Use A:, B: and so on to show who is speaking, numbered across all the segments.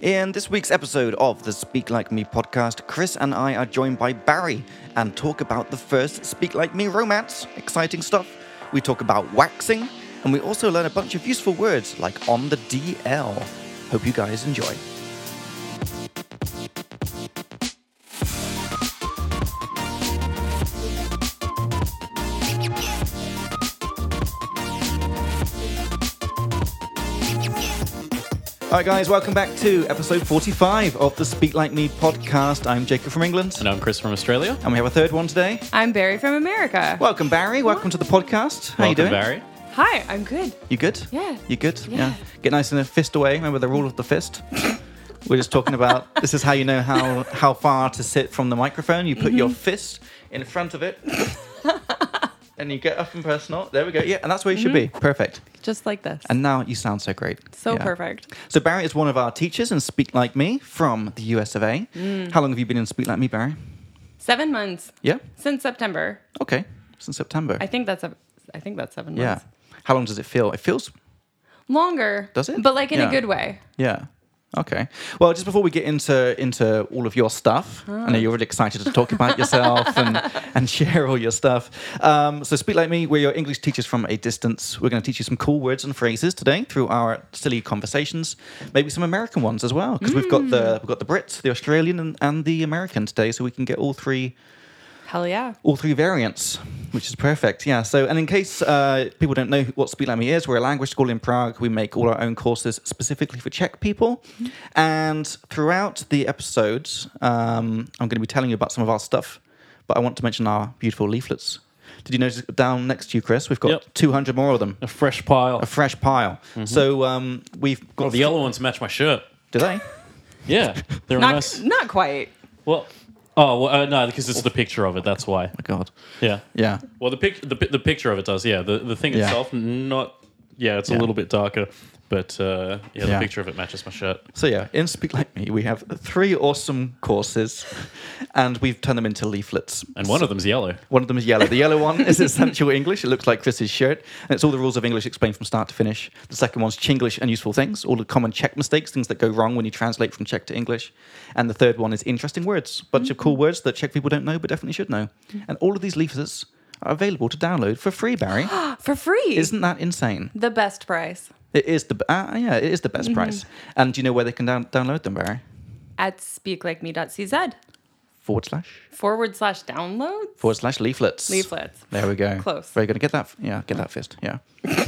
A: In this week's episode of the Speak Like Me podcast, Chris and I are joined by Barry and talk about the first Speak Like Me romance. Exciting stuff. We talk about waxing, and we also learn a bunch of useful words like on the DL. Hope you guys enjoy. All right, guys, welcome back to episode 45 of the Speak Like Me podcast. I'm Jacob from England,
B: And I'm Chris from Australia.
A: and we have a third one today.
C: I'm Barry from America.
A: Welcome, Barry. Welcome to the podcast. How
B: Welcome,
A: you doing?
B: Barry.
C: Hi, I'm good.
A: You good?
C: Yeah.
A: You good?
C: Yeah.
A: Get nice and a fist away. Remember the rule of the fist. We're just talking about this is how you know how how far to sit from the microphone. You put your
C: Mm-hmm.
A: fist in front of it, and you get up and press not. There we go. Yeah, and that's where you should be. Perfect.
C: Just like this.
A: And now you sound so great.
C: Mm-hmm. so
A: Yeah.
C: perfect.
A: So Barry is one of our teachers in Speak Like Me from the US of A.
C: Mm.
A: How long have you been in Speak Like Me, Barry?
C: Seven months
A: Yeah.
C: since September.
A: Okay. Since September.
C: I think that's a, I think that's seven
A: yeah.
C: months.
A: How long does it feel? It feels
C: Longer.
A: Does it?
C: But like in
A: Yeah.
C: a good way.
A: Yeah. Okay. Well, just before we get into into all of your stuff, I know you're really excited to talk about yourself and and share all your stuff. Um, so, speak like me. We're your English teachers from a distance. We're going to teach you some cool words and phrases today through our silly conversations, maybe some American ones as well, because we've got the we've got the Brits, the Australian, and, and the American today, so we can get all three
C: Hell yeah.
A: all three variants, which is perfect. Yeah. So, and in case uh, people don't know what Speak Like Me is, we're a language school in Prague. We make all our own courses specifically for Czech people.
B: Mm-hmm.
A: And throughout the episodes, um, I'm going to be telling you about some of our stuff, but I want to mention our beautiful leaflets. Did you notice down next to you, Chris? We've got
B: Yep.
A: 200 more of them,
B: A fresh pile. Oh,
A: a fresh pile. So um, we've got Oh,
B: the yellow ones match my shirt.
A: Do they?
B: Yeah, they're a
C: Not,
B: nice.
C: not quite.
B: Well, oh well, uh, no, because it's the picture of it. That's why.
A: My God.
B: Yeah.
A: Yeah.
B: Well, the pic, the, pi- the picture of it does. Yeah. The the thing
A: Yeah.
B: itself, not. Yeah, it's
A: Yeah.
B: a little bit darker, but uh, yeah, the
A: Yeah.
B: picture of it matches my shirt.
A: So yeah, in Speak Like Me, we have three awesome courses, and we've turned them into leaflets.
B: And one of them's yellow.
A: One of them is yellow. The yellow one is essential English. It looks like Chris's shirt, and it's all the rules of English explained from start to finish. The second one's Chinglish and useful things, all the common Czech mistakes, things that go wrong when you translate from Czech to English. And the third one is interesting words, bunch of cool words that Czech people don't know but definitely should know. And all of these leaflets are available to download for free, Barry.
C: For free.
A: Isn't that insane?
C: the best price
A: It is the uh, yeah, it is the best price. And do you know where they can down- download them, Barry?
C: at speaklikeme.cz
A: Forward slash
C: forward slash download
A: forward slash leaflets.
C: leaflets.
A: There we go.
C: Close.
A: Very good. Get that. Yeah, get that fist. Yeah.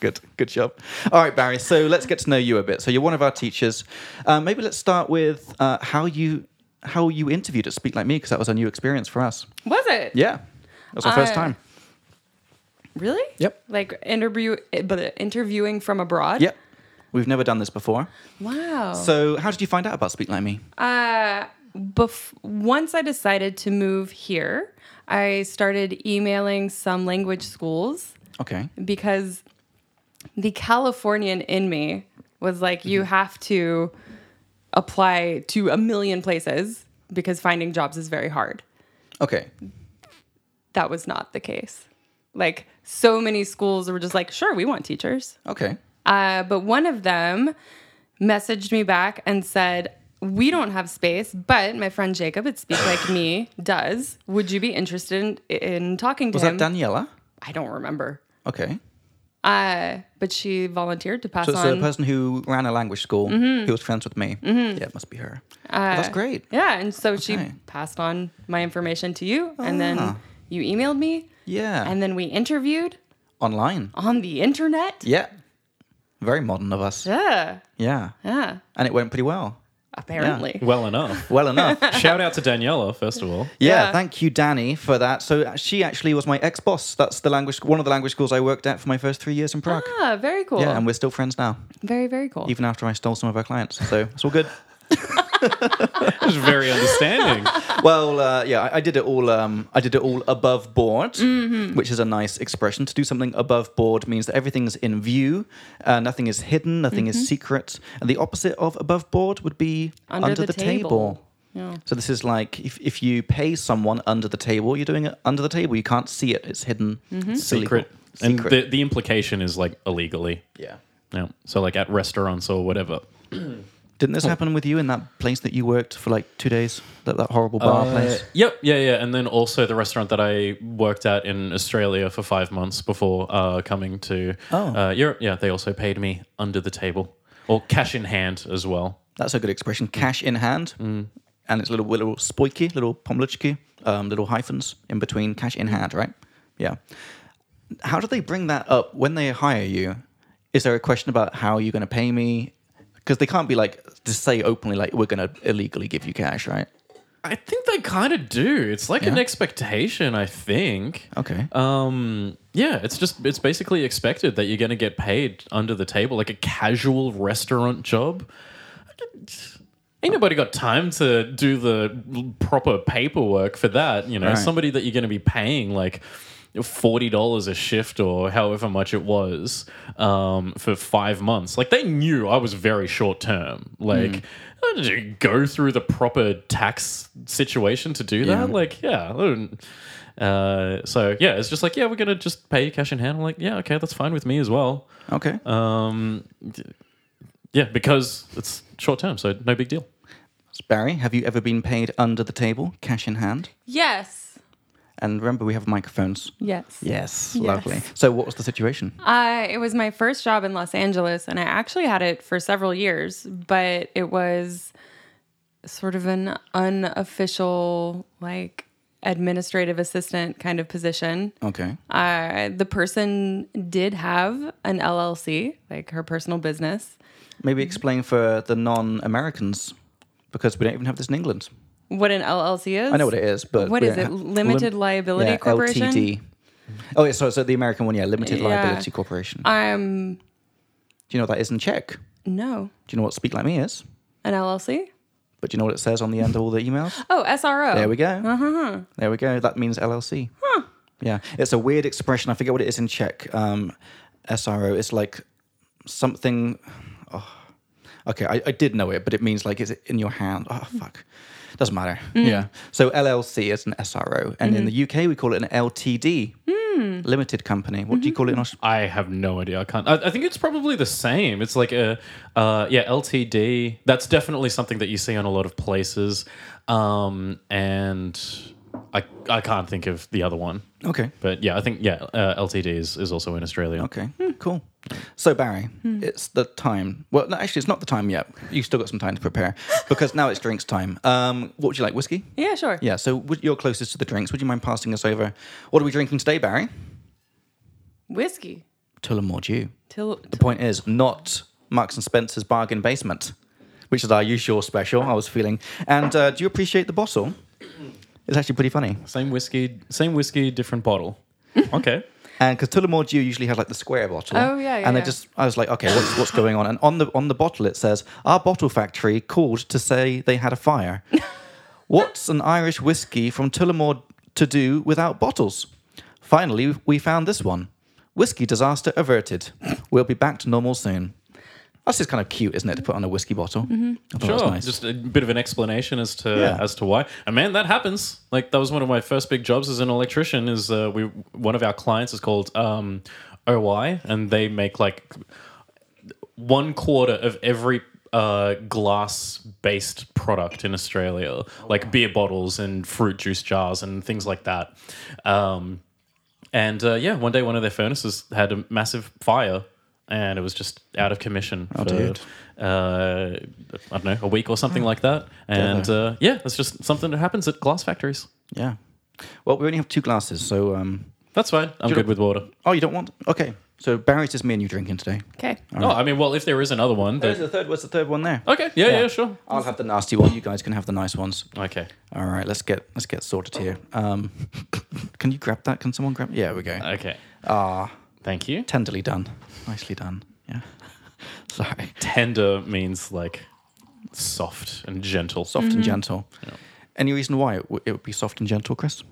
A: good. Good job. All right, Barry. So let's get to know you a bit. So you're one of our teachers. Uh, maybe let's start with uh, how you how you interviewed at Speak Like Me because that was a new experience for us.
C: Was it?
A: Yeah, that was our first
C: Uh,
A: time.
C: Really?
A: Yep.
C: Like interview, eh, but interviewing from abroad.
A: Yep. We've never done this before.
C: Wow.
A: So how did you find out about Speak Like Me?
C: Uh, bef- once I decided to move here, I started emailing some language schools
A: Okay.
C: because the Californian in me was like, you have to apply to a million places because finding jobs is very hard.
A: Okay.
C: That was not the case. Like, so many schools were just like, sure, we want teachers.
A: Okay.
C: Uh, but one of them messaged me back and said, We don't have space, but my friend Jacob at Speak Like Me does. Would you be interested in, in talking to
A: Was
C: him?
A: that Daniela?
C: I don't remember.
A: Okay.
C: Uh, but she volunteered to pass
A: So it's the
C: on.
A: person who ran a language school
C: Mm-hmm.
A: who was friends with me. Yeah, it must be her.
C: Uh,
A: Well, that's great.
C: yeah, and so she
A: Okay.
C: passed on my information to you, and then
A: Ah.
C: you emailed me,
A: Yeah.
C: and then we interviewed
A: online.
C: on the internet.
A: Yeah. Very modern of us. Yeah.
C: Yeah, yeah,
A: And it went pretty well.
C: apparently.
B: Well enough.
A: Well enough. yeah,
B: Shout out to Daniela first of all.
C: Yeah.
A: thank you, Danny, for that. So uh, she actually was my ex-boss. That's the language, one of the language schools I worked at for my first three years in Prague.
C: Ah, very cool.
A: Yeah, and we're still friends now,
C: very, very cool.
A: even after I stole some of her clients. So it's all good.
B: It was very understanding.
A: well, uh, yeah, I, I did it all. Um, I did it all above board,
C: Mm-hmm.
A: which is a nice expression. To do something above board means that everything's in view, uh, nothing is hidden, nothing
C: Mm-hmm.
A: is secret. And the opposite of above board would be under,
C: Under
A: the,
C: the
A: table.
C: table. Yeah.
A: So this is like if, if you pay someone under the table, you're doing it under the table. You can't see it; it's hidden, it's illegal.
B: Secret. And
A: Secret.
B: the, the implication is like illegally.
A: yeah.
B: Yeah. So like at restaurants or whatever.
A: Didn't this happen with you in that place that you worked for like two days? That, that horrible bar
B: Uh,
A: place?
B: Yep, yeah, yeah. And then also the restaurant that I worked at in Australia for five months before uh, coming to
A: Oh.
B: uh, Europe. Yeah, they also paid me under the table or cash in hand as well.
A: That's a good expression. Cash in hand.
B: Mm.
A: And it's little little spoiky, little pomlichki, um, little hyphens in between cash in hand, right? Yeah. How do they bring that up when they hire you? Is there a question about how you're going to pay me? Because they can't be like, just say openly, like, we're going to illegally give you cash, right?
B: I think they kind of do. It's like an
A: Yeah.
B: expectation, I think.
A: Okay.
C: Uh,
B: Um, yeah, it's just it's basically expected that you're going to get paid under the table, like a casual restaurant job. Ain't nobody got time to do the proper paperwork for that. You know,
A: Right.
B: somebody that you're going to be paying like forty dollars a shift or however much it was um, for five months. Like they knew I was very short term. Like mm. go through the proper tax situation to do that. Like yeah. I wouldn't- Uh, so yeah, it's just like yeah, we're gonna just pay you cash in hand. I'm like yeah, okay, that's fine with me as well.
A: okay.
C: uh,
B: Um, d- yeah, because it's short term, so no big deal.
A: Barry, have you ever been paid under the table, cash in hand?
C: Yes.
A: And remember, we have microphones.
C: Yes.
A: Yes,
C: Yes.
A: lovely. So, what was the situation?
C: Uh, it was my first job in Los Angeles, and I actually had it for several years, but it was sort of an unofficial, like, administrative assistant kind of position.
A: Okay.
C: Uh, the person did have an LLC, like her personal business.
A: Maybe explain for the non-Americans because we don't even have this in England.
C: What an LLC is?
A: I know what it is, but
C: What
A: we
C: is
A: don't
C: it?
A: ha-
C: Limited Liability
A: yeah,
C: Corporation?
A: LTD. Oh yeah, so so the American one, yeah, limited
C: Yeah.
A: liability corporation.
C: Um,
A: do you know what that is in Czech? Do
C: no,
A: you know what "speak like me" is?
C: an LLC.
A: But do you know what it says on the end of all the emails?
C: Oh, SRO.
A: There we go. There we go. That means LLC. Yeah, it's a weird expression. I forget what it is in Czech. Um, SRO. It's like something. Oh, okay, I, I did know it, but it means like it's in your hand. Oh fuck, doesn't matter. Yeah. So LLC is an SRO, and in the UK we call it an LTD, limited company. What do you call it in Australia?
B: I have no idea. I can't. I, I think it's probably the same. It's like a, uh, yeah, LTD. That's definitely something that you see on a lot of places, um, and I I can't think of the other one.
A: Okay.
B: But yeah, I think yeah, uh, LTD is, is also in Australia.
A: Okay. Cool. So Barry, it's the time. Well, no, actually, it's not the time yet. You've still got some time to prepare because now it's drinks time. Um, what would you like? Whiskey.
C: Yeah, sure.
A: Yeah, so would- you're closest to the drinks. Would you mind passing us over? What are we drinking today, Barry?
C: Whiskey.
A: Tullamore Dew.
C: Till,
A: The point is, not Marks and Spencer's Bargain Basement, which is our usual special. I was feeling. And uh, do you appreciate the bottle? It's actually pretty funny.
B: Same whiskey, same whiskey, different bottle. okay.
A: And because Tullamore Dew usually has like the square bottle.
C: Oh, yeah, yeah,
A: And I
C: yeah.
A: just, I was like, okay, what's, what's going on? And on the on the bottle it says, our bottle factory called to say they had a fire. what's an Irish whiskey from Tullamore to do without bottles? Finally, we found this one. Whiskey disaster averted. We'll be back to normal soon. That's just kind of cute, isn't it, to put on a whiskey bottle? Mm-hmm. I thought that
B: Sure.
A: was nice.
B: Just a bit of an explanation as to
A: Yeah.
B: as to why. And man, that happens. Like that was one of my first big jobs as an electrician. Is uh, we one of our clients is called um, OY, and they make like one quarter of every uh, glass based product in Australia, like beer bottles and fruit juice jars and things like that. Um, and uh, yeah, one day one of their furnaces had a massive fire and it was just out of commission for,
A: Oh, dude.
B: Uh, I don't know, a week or something like that. And uh, yeah, that's just something that happens at glass factories.
A: yeah. Well, we only have two glasses, so. Um,
B: That's fine. I'm good with water.
A: oh, you don't want? Okay. So Barry's just me and you drinking today.
C: okay.
B: Oh, I mean, well, if there is another one,
A: There's
B: then.
A: the third. What's the third one there?
B: Okay, yeah, yeah, sure.
A: I'll have the nasty one. You guys can have the nice ones.
B: Okay.
A: All right, let's get let's get sorted here. Um, can you grab that? Can someone grab? Yeah, there we go.
B: Okay.
A: Ah,
B: Thank you.
A: tenderly done, nicely done. Yeah. Sorry,
B: tender means like soft and gentle.
A: soft
C: Mm-hmm.
A: and gentle. Any reason why it, w- it would be soft and gentle, Chris?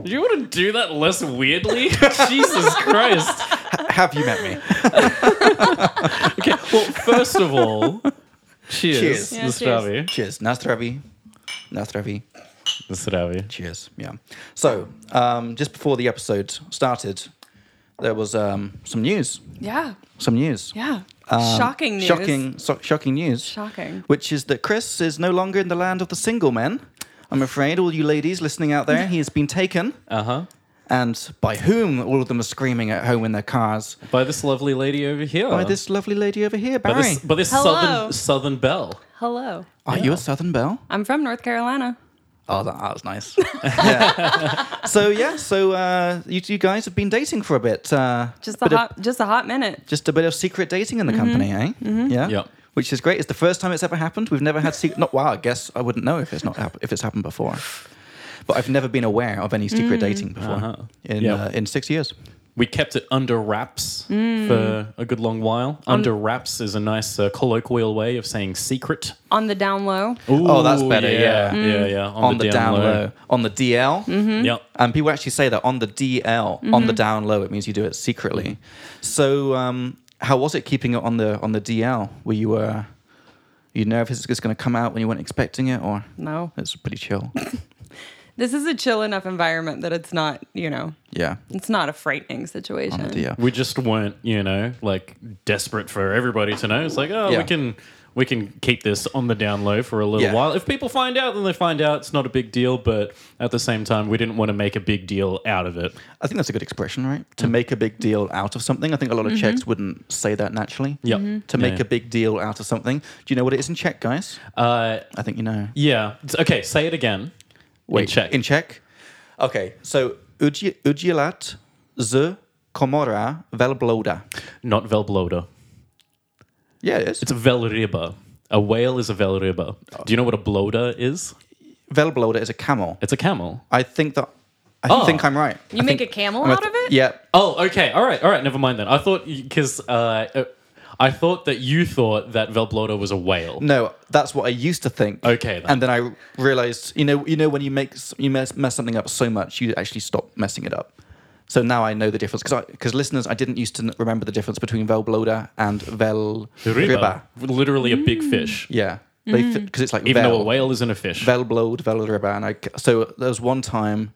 B: Do you want to do that less weirdly? Jesus Christ.
C: Uh.
A: have you met me?
B: Okay, well, first of all, cheers.
A: Cheers.
C: Yeah, cheers.
B: Nasravi.
A: Cheers, Nastravi. Nastravi.
B: Nasravi.
A: Cheers. Yeah. So, um, just before the episode started, there was um, some news.
C: Yeah.
A: Some news.
C: Yeah. shocking news.
A: Um, Shocking, so- shocking news.
C: Shocking.
A: Which is that Chris is no longer in the land of the single men. I'm afraid, all you ladies listening out there, he has been taken.
B: Uh huh.
A: And by whom all of them are screaming at home in their cars?
B: By this lovely lady over here.
A: By this lovely lady over here,
B: By
A: Barry.
B: this, by this
C: Hello.
B: southern Southern Belle.
C: Hello.
A: are you a Southern Belle?
C: I'm from North Carolina.
A: Oh, that, that was nice. Yeah. So yeah, so uh, you two guys have been dating for a bit. Uh,
C: Just a
A: bit of-
C: hot, just a hot minute.
A: just a bit of secret dating in the company, eh? Yeah.
B: Yep.
A: Which is great. It's the first time it's ever happened. We've never had secret. not wow. I guess I wouldn't know if it's not hap- if it's happened before. But I've never been aware of any secret dating before
B: Uh-huh.
A: in
B: Yeah.
A: uh, in six years.
B: We kept it under wraps
C: Mm.
B: for a good long while. under wraps is a nice uh, colloquial way of saying secret.
C: On the down low.
A: Oh, that's better, yeah.
B: Yeah,
C: Mm.
B: yeah, yeah.
A: On, the, down, low. on the DL.
C: Mm-hmm.
B: Yep.
A: And people actually say that on the DL, on the down low, it means you do it secretly. So, um, how was it keeping it on the on the DL? Were you uh, you nervous it's going to come out when you weren't expecting it, or
C: No.
A: it's pretty chill?
C: This is a chill enough environment that it's not, you know,
A: yeah,
C: it's not a frightening situation.
A: on the DL.
B: We just weren't, you know, like desperate for everybody to know. It's like, oh,
A: Yeah.
B: we can we can keep this on the down low for a little
A: Yeah.
B: while. If people find out, then they find out. It's not a big deal, but at the same time, we didn't want to make a big deal out of it.
A: I think that's a good expression, right? To make a big deal out of something. I think a lot of Czechs wouldn't say that naturally.
B: Yep. Mhm.
A: To make
B: Yeah.
A: a big deal out of something. Do you know what it is in Czech, guys?
B: Uh,
A: I think you know.
B: yeah. It's- Okay, say it again. in Czech.
A: In Czech? Okay, so udzi- udzilat z komora velblouda.
B: not velbloda.
A: Yeah, it is.
B: It's a velriba. A whale is a velriba. Do you know what a bloater is?
A: Velblouda is a camel.
B: It's a camel.
A: I think that. I
B: Oh.
A: think I'm right.
C: You
A: I
C: make
A: think-
C: a camel
A: I'm a-
C: out of it?
A: Yeah.
B: Oh, okay. All right. All right. Never mind then. I thought because uh, uh, I thought that you thought that Velblota was a whale.
A: No, that's what I used to think.
B: Okay, then.
A: And then I realized, you know, you know when you make s- you mess, mess something up so much, you actually stop messing it up. So now I know the difference because because listeners, I didn't used to n- remember the difference between velbloda and vel
B: Riba,
A: ryba.
B: literally a big fish,
A: Yeah, because it's like
B: even
A: vel,
B: though a whale isn't a fish.
A: velblode, velryba, and I. c- So there was one time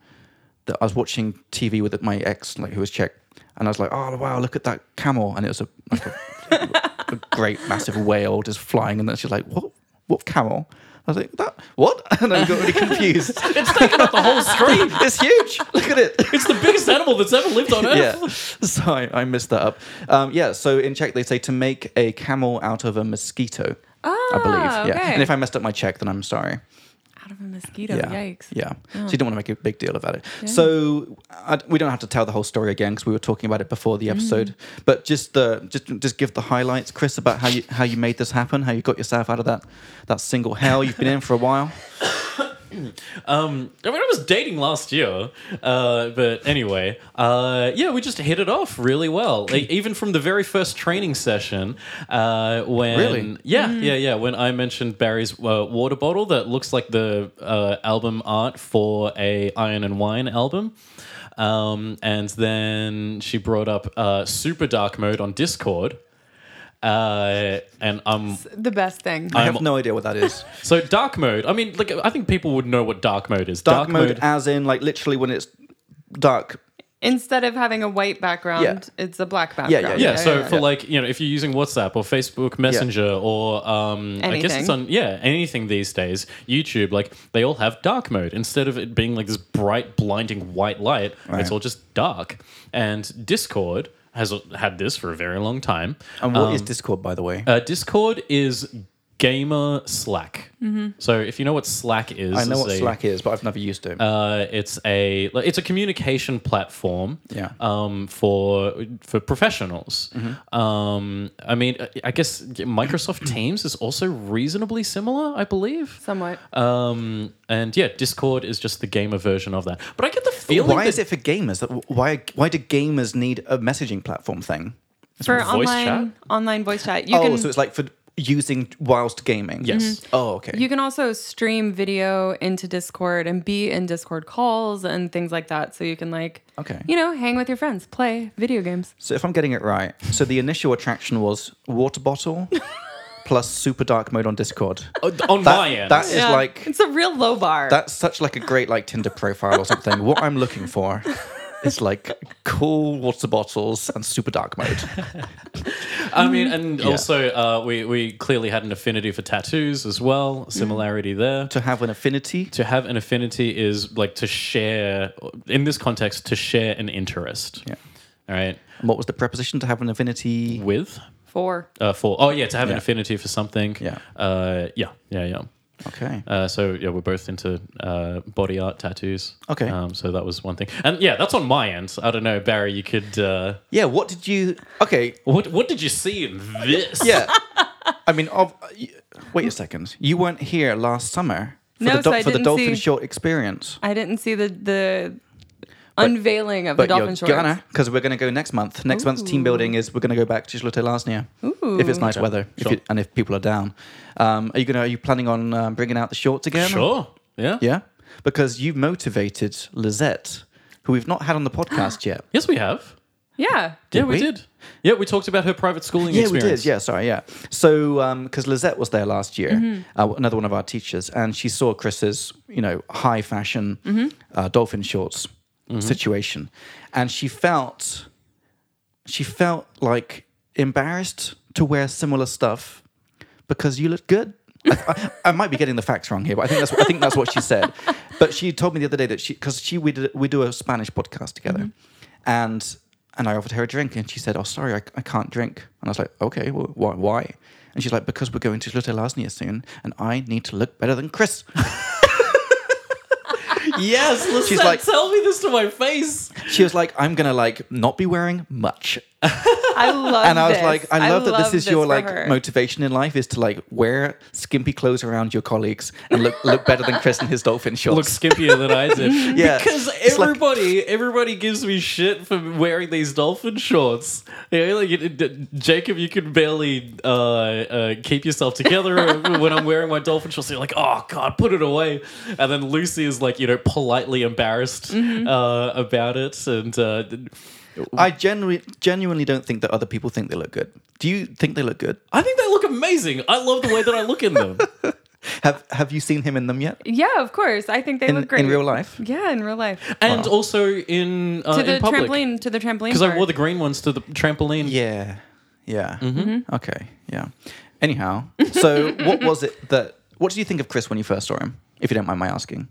A: that I was watching TV with my ex, like who was Czech, and I was like, oh wow, look at that camel, and it was a like a, a great massive whale just flying, and then she's like, what, what camel? I was like, that what? And I got really confused.
B: it's taking up the whole screen.
A: it's huge. Look at it.
B: It's the biggest animal that's ever lived on Earth.
A: yeah. So I, I missed that up. Um, yeah. So in Czech they say to make a camel out of a mosquito. I
C: Ah,
A: believe. Yeah.
C: okay.
A: And if I messed up my Czech, then I'm sorry.
C: Out of a mosquito. Yikes.
A: Yeah. So you don't want to make a big deal about it. So I, we don't have to tell the whole story again because we were talking about it before
C: Mm.
A: the episode. But just the just just give the highlights, Chris, about how you how you made this happen, how you got yourself out of that that single hell you've been in for a while.
B: Um, I mean, I was dating last year, uh, but anyway, uh, yeah, we just hit it off really well. Like, even from the very first training session, uh, when
A: Really?
B: yeah, yeah, yeah, when I mentioned Barry's uh, water bottle that looks like the uh, album art for a Iron and Wine album. Um, and then she brought up uh, Super Dark Mode on Discord. Uh, and I'm
C: The best thing.
A: I
B: I'm-
A: have no idea what that is.
B: so dark mode. I mean, like I think people would know what dark mode is.
A: Dark, mode, as in like literally when it's dark.
C: Instead of having a white background,
A: Yeah.
C: it's a black
A: yeah,
C: background.
B: Yeah,
A: Yeah,
B: so
A: yeah,
B: for
A: yeah.
B: like, you know, if you're using WhatsApp or Facebook Messenger or um I guess it's
C: Anything.
B: on yeah, anything these days, YouTube, like they all have dark mode. Instead of it being like this bright blinding white light, it's
A: Right.
B: all just dark. And Discord has had this for a very long time.
A: And what is Discord, by the way?
B: Uh, Discord is gamer Slack. So if you know what Slack is,
A: Mm-hmm. I know
B: it's
A: what
B: a-
A: Slack is, but I've never used it.
B: uh, it's a like, it's a communication platform
A: Yeah.
B: um, for for professionals.
A: Mm-hmm.
B: Um, I mean, I- I guess Microsoft Teams is also reasonably similar, I believe.
C: Somewhat.
B: Um, and yeah, Discord is just the gamer version of that. But I get the feeling
A: why
B: that
A: is it for gamers? That- Why why do gamers need a messaging platform thing?
C: for
B: voice
C: online
B: chat?
C: online voice chat. You
A: oh,
C: can
A: so it's like for using whilst gaming.
B: Yes.
A: Oh, okay.
C: you can also stream video into Discord and be in Discord calls and things like that. So you can like
A: Okay.
C: you know, hang with your friends, play video games.
A: So if I'm getting it right, so the initial attraction was water bottle plus super dark mode on Discord.
B: uh, on
A: Mm-hmm. That-
B: my end,
A: that is like
C: it's a real low bar.
A: that's such like a great like Tinder profile or something. what I'm looking for It's like cool water bottles and super dark mode.
B: I mean, and also uh, we we clearly had an affinity for tattoos as
A: Mm-hmm.
B: well. Similarity there.
A: to have an affinity.
B: To have an affinity is like to share, in this context, to share an interest.
A: Yeah.
B: All right.
A: And what was the preposition to have an affinity?
B: With
C: Four.
B: uh, for oh yeah, to have
A: Yeah.
B: an affinity for something.
A: Yeah.
B: Uh, yeah. Yeah. Yeah.
A: Okay.
B: Uh, so yeah, we're both into uh, body art tattoos.
A: Okay.
B: Um, so that was one thing, and yeah, that's on my end. I don't know, Barry. You could. Uh,
A: Yeah. What did you? Okay.
B: what What did you see in this?
A: Yeah. I mean, of, y- wait a second. You weren't here last summer for
C: No,
A: the, do-
C: so I
A: for the
C: didn't
A: dolphin
C: see-
A: short experience.
C: I didn't see the the unveiling of the
A: But
C: dolphin
A: you're
C: shorts.
A: gonna because we're gonna go next month. Next month's team building is we're gonna go back to Chilotolásnia if it's nice weather if
B: Sure.
A: you, and if people are down. Um, are you gonna? Are you planning on um, bringing out the shorts again?
B: Sure. Yeah.
A: Yeah, because you've motivated Lizette, who we've not had on the podcast yet.
B: Yes, we have.
C: Yeah.
B: yeah, we,
A: we?
B: did. Yeah, we talked about her private schooling
A: Yeah, we
B: experience.
A: did. Yeah, sorry. Yeah. So, because Lizette was there last year, uh, another one of our teachers, and she saw Chris's, you know, high fashion uh, dolphin shorts situation, and she felt, she felt like embarrassed to wear similar stuff because you look good. I, I, I might be getting the facts wrong here, but I think that's I think that's what she said. But she told me the other day that she because she we did, we do a Spanish podcast together, and and I offered her a drink and she said, "Oh, sorry, I, I can't drink." And I was like, "Okay, well, why?" why? And she's like, "Because we're going to Lutelasnia soon, and I need to look better than Chris."
B: Yes, listen,
A: She's like-
B: tell me this to my face.
A: She was like, "I'm gonna like not be wearing much,"
C: I love
A: and I was
C: this.
A: like, "I love that
C: love
A: this is your
C: for
A: like
C: her.
A: motivation in life is to like wear skimpy clothes around your colleagues and look look better than Chris in his dolphin shorts."
B: Looks skimpier than I did.
A: Yeah.
B: Because
A: It's like-
B: everybody everybody gives me shit for wearing these dolphin shorts. You know, like, it- it- Jacob, you could barely uh, uh, keep yourself together when I'm wearing my dolphin shorts. You're like, oh, God, put it away. And then Lucy is like, you know, politely embarrassed uh, about it. And uh,
A: I genuinely, genuinely don't think that other people think they look good. Do you think they look good?
B: I think they look amazing. I love the way that I look in them.
A: Have Have you seen him in them yet?
C: Yeah, of course. I think they
A: In
C: look great
A: in real life?
C: Yeah, in real life.
B: and also in uh,
C: to the
B: in public.
C: trampoline. To the trampoline.
B: because I wore
C: part.
B: the green ones to the trampoline.
A: Yeah, yeah.
B: Mm-hmm.
C: Mm-hmm.
A: Okay, yeah. Anyhow, so what was it that? What did you think of Chris when you first saw him? If you don't mind my asking,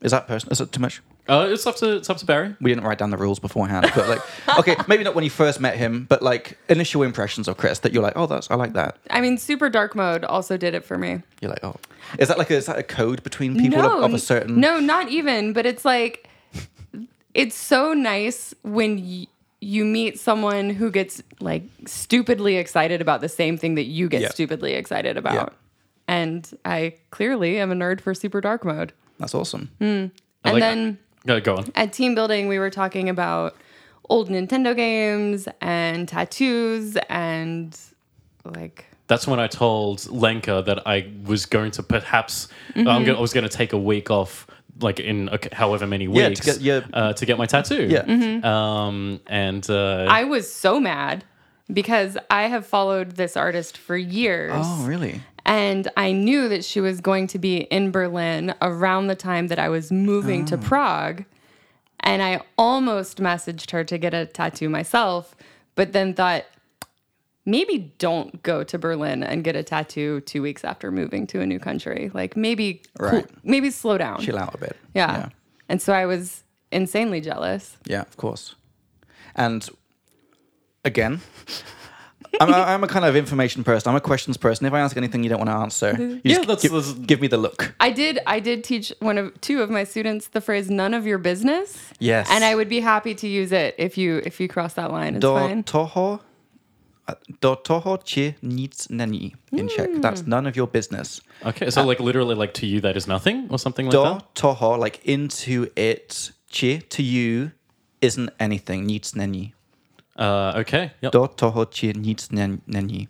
A: is that person? Is it too much?
B: Uh, it's up to it's up to Barry.
A: We didn't write down the rules beforehand, but like, okay, maybe not when you first met him, but like initial impressions of Chris that you're like, oh, that's I like that.
C: I mean, super dark mode also did it for me.
A: You're like, oh, is that like a, is that a code between people of, of a certain?
C: No, not even. But it's like it's so nice when y- you meet someone who gets like stupidly excited about the same thing that you get
A: Yeah.
C: stupidly excited about. And I clearly am a nerd for super dark mode.
A: that's awesome.
C: Mm.
B: I
C: and
B: like
C: then
B: No, Uh, go on.
C: at team building, we were talking about old Nintendo games and tattoos and like
B: That's when I told Lenka that I was going to perhaps uh, I'm
C: Mm-hmm.
B: go- I was going to take a week off, like in a, however many
A: Yeah, to
B: weeks,
A: get- yeah.
B: uh, to get my tattoo.
A: Yeah.
C: Mm-hmm.
B: Um, and uh,
C: I was so mad because I have followed this artist for years.
A: Oh, really?
C: And I knew that she was going to be in Berlin around the time that I was moving
A: Oh.
C: to Prague. And I almost messaged her to get a tattoo myself, but then thought, maybe don't go to Berlin and get a tattoo two weeks after moving to a new country. Like maybe, cool-
A: Right.
C: maybe slow down.
A: Chill out a bit.
C: Yeah.
A: yeah.
C: And so I was insanely jealous.
A: Yeah, of course. And again, I'm a, I'm a kind of information person. I'm a questions person. If I ask anything you don't want to answer, you
B: Yeah,
A: just
B: that's-
A: give,
B: that's-
A: give me the look.
C: I did. I did teach one of two of my students the phrase "none of your business."
A: Yes.
C: and I would be happy to use it if you if you cross that line. It's
A: Do
C: fine.
A: toho, uh, do toho ci nic není in Czech.
C: Hmm.
A: That's none of your business.
B: okay, so like literally, like to you that is nothing or something like
A: Do
B: that.
A: toho, like into it, ci to you isn't anything. Nic není.
B: Uh, okay, yep.
A: Do toho ci nic nen- není.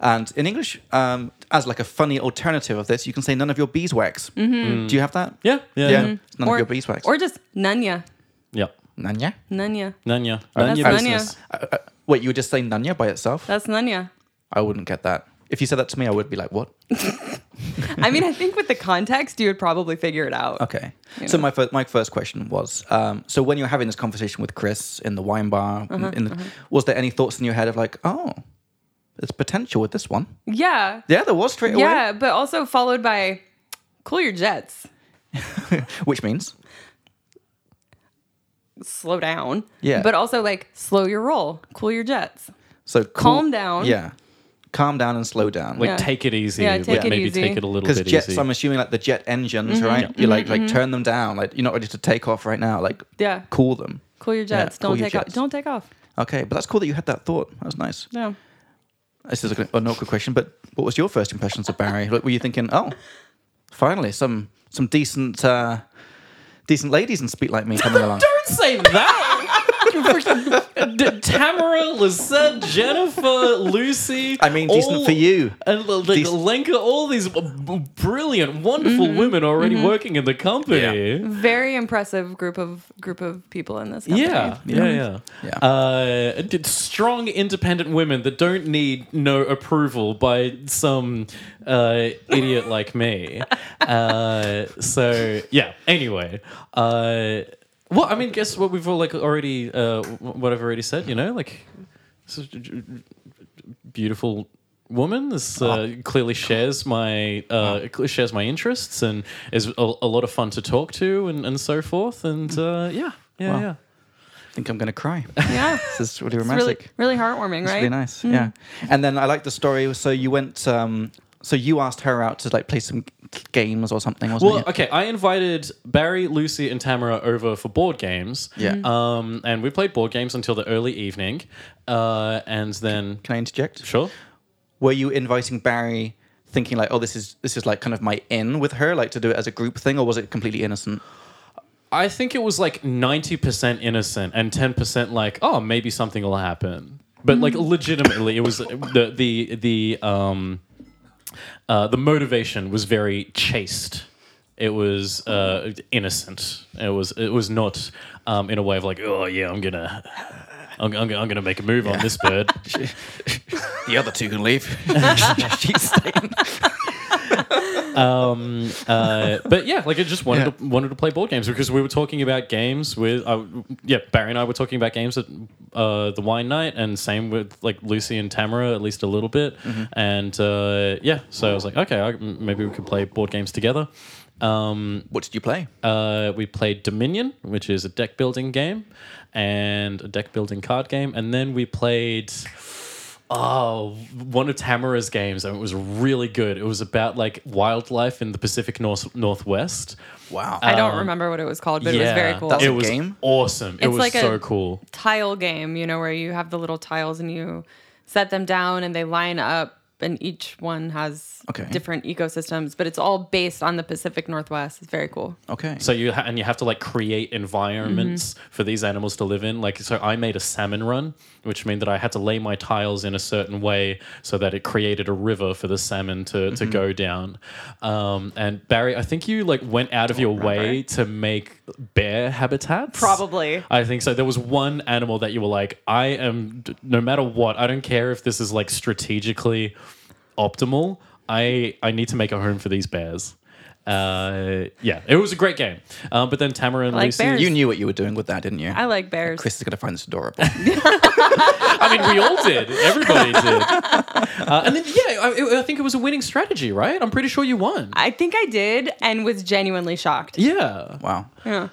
A: And in English, um, as like a funny alternative of this, you can say none of your beeswax. Do you have that?
B: yeah, Hmm. yeah,
A: Yeah,
B: yeah,
A: it's none of your beeswax.
C: Mm-hmm. Or just Nanya,
B: yeah.
A: Nanya?
C: Nanya.
B: Nanya, none of
C: That's
B: your
C: Nanya.
B: business.
A: Uh, uh, wait, you would just say Nanya by itself?
C: Uh, That's Nanya.
A: I wouldn't get that. If you said that to me, I would be like, what?
C: I mean, I think with the context, you would probably figure it out.
A: Okay. So my first, my first question was, um, so when you're having this conversation with Chris in the wine bar, in-
C: Mm-hmm,
A: in the, was there any thoughts in your head of like, oh, there's potential with this one?
C: Yeah.
A: Yeah, there was straight
C: Yeah, but also followed by cool your jets,
A: away, which means
C: slow down.
A: Yeah.
C: But also like slow your roll, cool your jets.
A: so cool-
C: Calm down.
A: Yeah, calm down and slow down.
B: Like
C: Yeah.
B: take it easy.
C: Yeah, take
B: like
C: it
B: maybe
C: easy.
B: take it a little
A: because
B: bit
A: jets,
B: easy.
A: I'm assuming like the jet engines,
C: Mm-hmm.
A: right? You like like turn them down. Like you're not ready to take off right now. Like
C: Yeah.
A: cool them.
C: Cool your
A: Yeah,
C: jets.
A: cool
C: don't
A: your
C: take
A: jets.
C: off. Don't take off.
A: Okay, but that's cool that you had that thought. That was nice.
C: No.
A: This is an awkward question, but what was your first impressions of Barry? Like, were you thinking, oh, finally some some decent uh, decent ladies in speak like me coming along?
B: Don't say that. You freaking- D- Tamara, Lisette, Jennifer, Lucy.
A: I mean, decent
B: all-
A: for you.
B: And l- like
A: Decent-
B: Lenka, all these b- b- brilliant, wonderful women already working in the company.
C: Very impressive group of group of people in this company.
B: Yeah, yeah, yeah.
A: Yeah.
B: Uh, d- strong, independent women that don't need no approval by some uh, idiot like me. Uh, so yeah. Anyway, uh, well, I mean, guess what we've all like already, uh, w- what I've already said. You know, like this is j- j- beautiful woman. This
A: Ah.
B: uh, clearly shares my uh, cl- shares my interests and is a, a lot of fun to talk to and, and so forth. And uh, yeah, yeah,
A: Wow.
B: yeah.
A: I think I'm going to cry.
C: Yeah.
A: this is really
C: It's really,
A: romantic.
C: really heartwarming,
A: It's
C: right?
A: really nice. Yeah. And then I like the story. So you went. Um, so you asked her out to like play some g- games or something, wasn't
B: Well,
A: it?
B: okay. I invited Barry, Lucy, and Tamara over for board games.
A: Yeah. Mhm.
B: Um, and we played board games until the early evening, uh, and then
A: Can I interject?
B: sure.
A: Were you inviting Barry, thinking like, oh, this is this is like kind of my in with her, like to do it as a group thing, or was it completely innocent?
B: I think it was like ninety percent innocent and ten percent like, oh, maybe something will happen. But like legitimately, it was uh, the the the um, uh, the motivation was very chaste. It was uh, innocent. It was it was not um, in a way of like, oh yeah, I'm gonna. I'm, I'm, I'm gonna make a move on this bird.
A: The other two can leave. She's staying.
B: Uh, but yeah, like I just wanted
A: Yeah.
B: to, wanted to play board games because we were talking about games with uh, yeah Barry and I were talking about games at uh, the wine night and same with like Lucy and Tamara at least a little bit and uh, yeah so I was like okay I, maybe we could play board games together. Um,
A: What did you play?
B: uh, we played Dominion, which is a deck building game and a deck building card game, and then we played Oh, one of Tamara's games, and it was really good. It was about like wildlife in the Pacific North Northwest.
A: Wow.
C: I don't remember what it was called, but it was very cool.
A: That's
B: it
A: a
B: was
A: game?
B: awesome. It
C: It's
B: was
C: like a-
B: so cool.
C: tile game, you know, where you have the little tiles and you set them down and they line up and each one has
A: Okay.
C: different ecosystems, but it's all based on the Pacific Northwest. It's very cool.
A: okay.
B: So you ha- and you have to like create environments for these animals to live in. Like so, I made a salmon run, which meant that I had to lay my tiles in a certain way so that it created a river for the salmon to, to go down. Um, and Barry, I think you like went out of your way to make bear habitats.
C: Probably.
B: I think so. There was one animal that you were like, I am, no matter what, I don't care if this is like strategically optimal. I I need to make a home for these bears. Uh, yeah, it was a great game. Um, but then Tamara and
C: like
B: Lucy,
C: bears.
A: you knew what you were doing with that, didn't you?
C: I like bears.
A: Chris is going to find this adorable.
B: I mean, we all did. Everybody did. Uh, and then yeah, I, it- I think it was a winning strategy, right? I'm pretty sure you won.
C: I think I did and was genuinely shocked.
B: Yeah.
A: wow.
C: Yeah.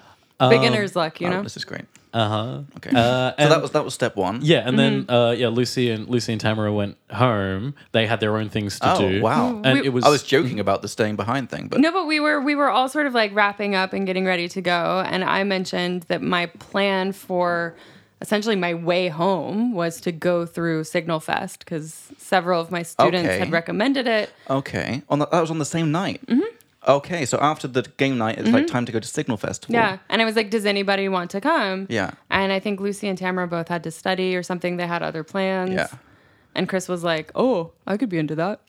C: Beginner's luck, you
A: Oh,
C: know?
A: this is great.
B: Uh huh.
A: Okay.
B: Uh,
A: so
B: and-
A: that was that was step one.
B: Yeah, and then
C: Mm-hmm.
B: uh, yeah, Lucy and Lucy and Tamara went home. They had their own things to
A: Oh,
B: do.
A: wow.
B: And
C: We-
B: it was
A: I was joking about the staying behind thing, but
C: No, but we were we were all sort of like wrapping up and getting ready to go, and I mentioned that my plan for essentially my way home was to go through Signal Fest because several of my students
A: Okay.
C: had recommended it.
A: okay. On the, that was on the same night.
C: Mm-hmm.
A: Okay, so after the game night, it's like time to go to Signal Festival.
C: Yeah, and I was like, "Does anybody want to come?"
A: Yeah.
C: and I think Lucy and Tamara both had to study or something; they had other plans.
A: Yeah.
C: and Chris was like, "Oh, I could be into that."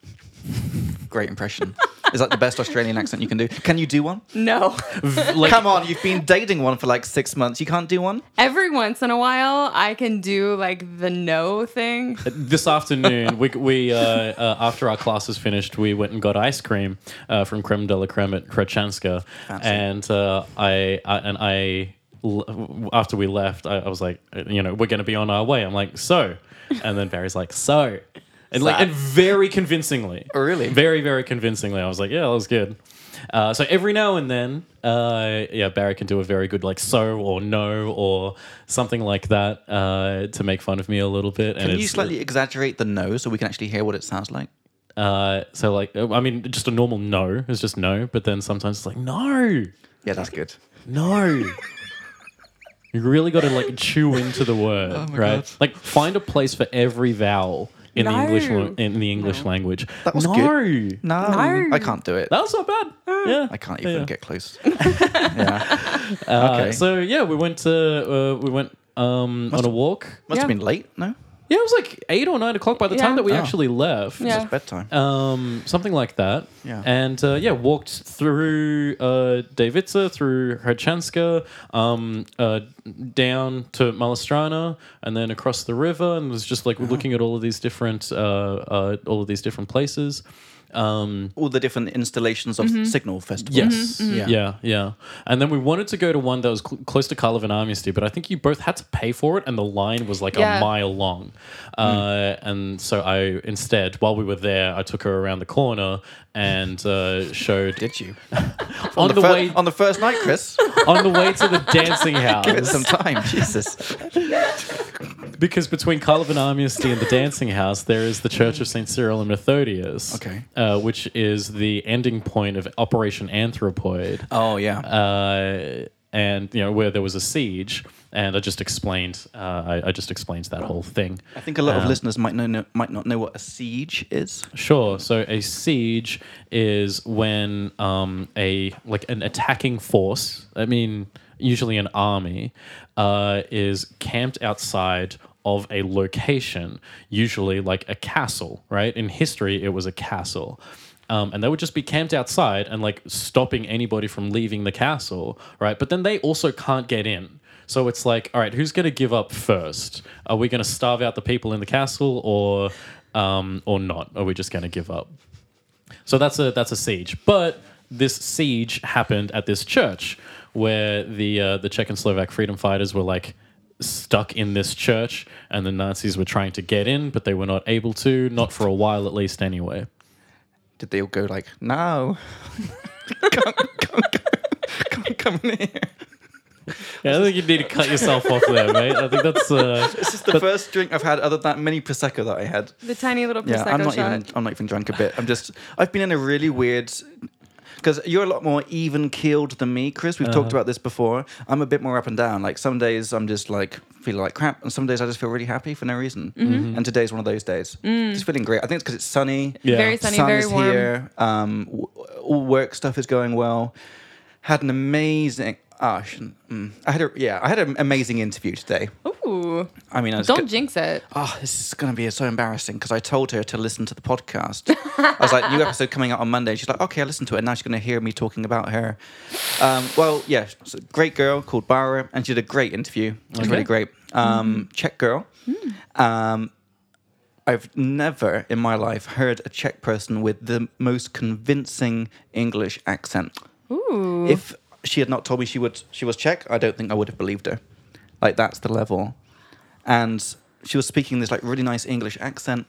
A: Great impression. Is that the best Australian accent you can do? Can you do one?
C: No.
B: V- like,
A: Come on, you've been dating one for like six months. You can't do one?
C: Every once in a while, I can do like the no thing.
B: this afternoon, we, we uh, uh, after our class was finished, we went and got ice cream uh, from Creme de la Creme at Krachanska, and uh, I, I and I l- after we left, I, I was like, you know, we're going to be on our way. I'm like, so, and then Barry's like, so. And, like,
A: So.
B: and very convincingly.
A: Oh, really?
B: Very, very convincingly. I was like, yeah, that was good. Uh, so every now and then, uh, yeah, Barry can do a very good like so or no or something like that uh, to make fun of me a little bit. and
A: Can you
B: it's-
A: slightly exaggerate the no so we can actually hear what it sounds like?
B: uh, so like, I mean, just a normal no is just no, but then sometimes it's like no,
A: Yeah, that's good.
B: no. you really got to like chew into the word,
A: Oh my
B: right?
A: God.
B: Like find a place for every vowel in the
C: No.
B: English lo- in the English language.
A: That was
B: no,
A: good. No,
C: No.
A: I can't do it.
B: that was not bad.
C: Ah.
B: Yeah,
A: I can't even
B: Yeah.
A: get close. yeah.
B: Uh,
A: okay.
B: So yeah, we went to uh, we went um, on a walk.
A: Must
C: Yeah.
A: have been late, no?
B: Yeah, it was like eight or nine o'clock by the
C: Yeah.
B: time that we
A: Oh.
B: actually left.
C: Yeah.
A: It's bedtime.
B: um, something like that.
A: Yeah.
B: And uh, yeah, walked through uh, Davica, through Hrechanska, um, uh, down to Malastrana, and then across the river, and was just like looking at all of these different, uh, uh, all of these different places. Um,
A: All the different installations of Signal Festival.
B: Mm-hmm. yes,
A: Mm-hmm, Yeah.
B: yeah. yeah, And then we wanted to go to one that was cl- close to Karlovinamnesty, but I think you both had to pay for it, and the line was like a
C: Yeah.
B: mile long. Uh, and so I instead, while we were there, I took her around the corner and uh, showed
A: Did you?
B: on the,
A: fir-
B: way
A: on the first night, Chris.
B: on the way to the dancing
A: Give it
B: house
A: some time. Jesus.
B: because between Carl and Amnesty and the dancing house there is the Church of Saint Cyril and Methodius,
A: Okay.
B: uh, which is the ending point of Operation Anthropoid.
A: Oh, yeah.
B: Uh, and you know where there was a siege, and I just explained. Uh, I, I just explained that whole thing.
A: I think a lot of listeners might know, know might not know what a siege is.
B: Sure. So a siege is when um, a like an attacking force. I mean, usually an army uh, is camped outside of a location, usually like a castle. Right? In history, it was a castle. Um, and they would just be camped outside and like stopping anybody from leaving the castle, right? But then they also can't get in. So it's like, all right, who's going to give up first? Are we going to starve out the people in the castle, or um, or not? Are we just going to give up? So that's a that's a siege. But this siege happened at this church where the uh, the Czech and Slovak freedom fighters were like stuck in this church, and the Nazis were trying to get in, but they were not able to, not for a while at least, anyway.
A: Did they all go like, no, come, come, come, come, come in here?
B: Yeah, I think you need to cut yourself off there, mate. I think that's uh,
A: This is the first drink I've had other than that mini prosecco that I had.
C: The tiny little prosecco
A: Yeah, I'm not
C: shot.
A: even. I'm not even drunk a bit. I'm just. I've been in a really weird. Because you're a lot more even keeled than me, Chris. We've
C: Uh-huh.
A: talked about this before. I'm a bit more up and down. Like some days I'm just like feeling like crap, and some days I just feel really happy for no reason.
C: Mm-hmm.
A: And today's one of those days. Just feeling great. I think it's because it's sunny.
B: Yeah.
C: Mm. Very sunny,
A: Sun
C: very
A: is
C: warm.
A: here. Um, w- all work stuff is going well. Had an amazing. ah, I shouldn't- mm. I had a yeah. I had an amazing interview today.
C: Ooh.
A: I mean, I was
C: Oh, Don't
A: go-
C: jinx it.
A: oh, this is going to be so embarrassing because I told her to listen to the podcast. I was like, new episode coming out on Monday. She's like, okay, I listened to it. And now she's going to hear me talking about her. Um, well, yeah, she's a great girl called Bara, and she did a great interview. It was
B: Okay.
A: really great. Um, Czech girl. Um, I've never in my life heard a Czech person with the most convincing English accent.
C: Ooh.
A: If she had not told me she would she was Czech, I don't think I would have believed her. Like that's the level. And she was speaking this like really nice English accent.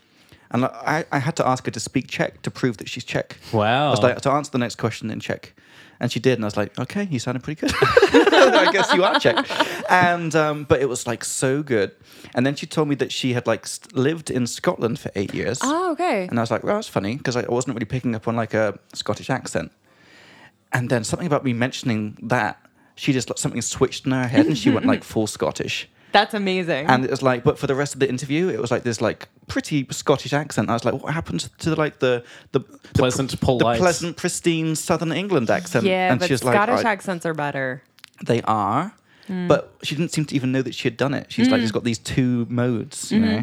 A: And like, I, I had to ask her to speak Czech to prove that she's Czech. I
B: wow.
A: was like, to answer the next question in Czech. And she did, and I was like, okay, you sounded pretty good. I guess you are Czech. And um, but it was like so good. And then she told me that she had like st- lived in Scotland for eight years.
C: oh, okay.
A: And I was like, well, that's funny because I wasn't really picking up on like a Scottish accent. And then something about me mentioning that, she just like, something switched in her head and she went like full Scottish.
C: That's amazing.
A: And it was like, but for the rest of the interview, it was like this like pretty Scottish accent. I was like, what happened to like the the the pr-
B: Pleasant, polite.
A: the pleasant, pristine Southern England accent?
C: yeah,
A: and
C: but
A: she was
C: Scottish
A: like, I-
C: accents are better.
A: they are,
C: Mm.
A: but she
C: Mm-hmm.
A: didn't seem to even know that she had done it. She's like, she's got these two modes, you know,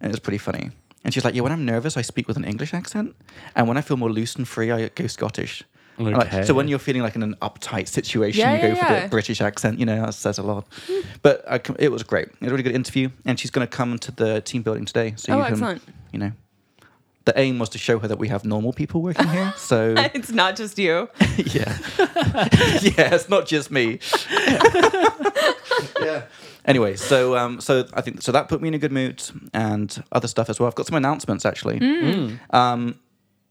A: and it was pretty funny. And she's like, yeah, when I'm nervous, I speak with an English accent, and when I feel more loose and free, I go Scottish. And, like,
B: Okay.
A: so when you're feeling like in an uptight situation,
C: Yeah,
A: you go
C: yeah,
A: for
C: yeah. Hmm.
A: the British accent. You know, that says a lot. but I, com- it was great. It was a really good interview, and she's going to come to the team building today. So
C: Oh,
A: you can,
C: excellent.
A: you know, the aim was to show her that we have normal people working here. So
C: it's not just you.
A: yeah. yeah, it's not just me. yeah. Anyway, so um, so I think so that put me in a good mood and other stuff as well. I've got some announcements actually. Um,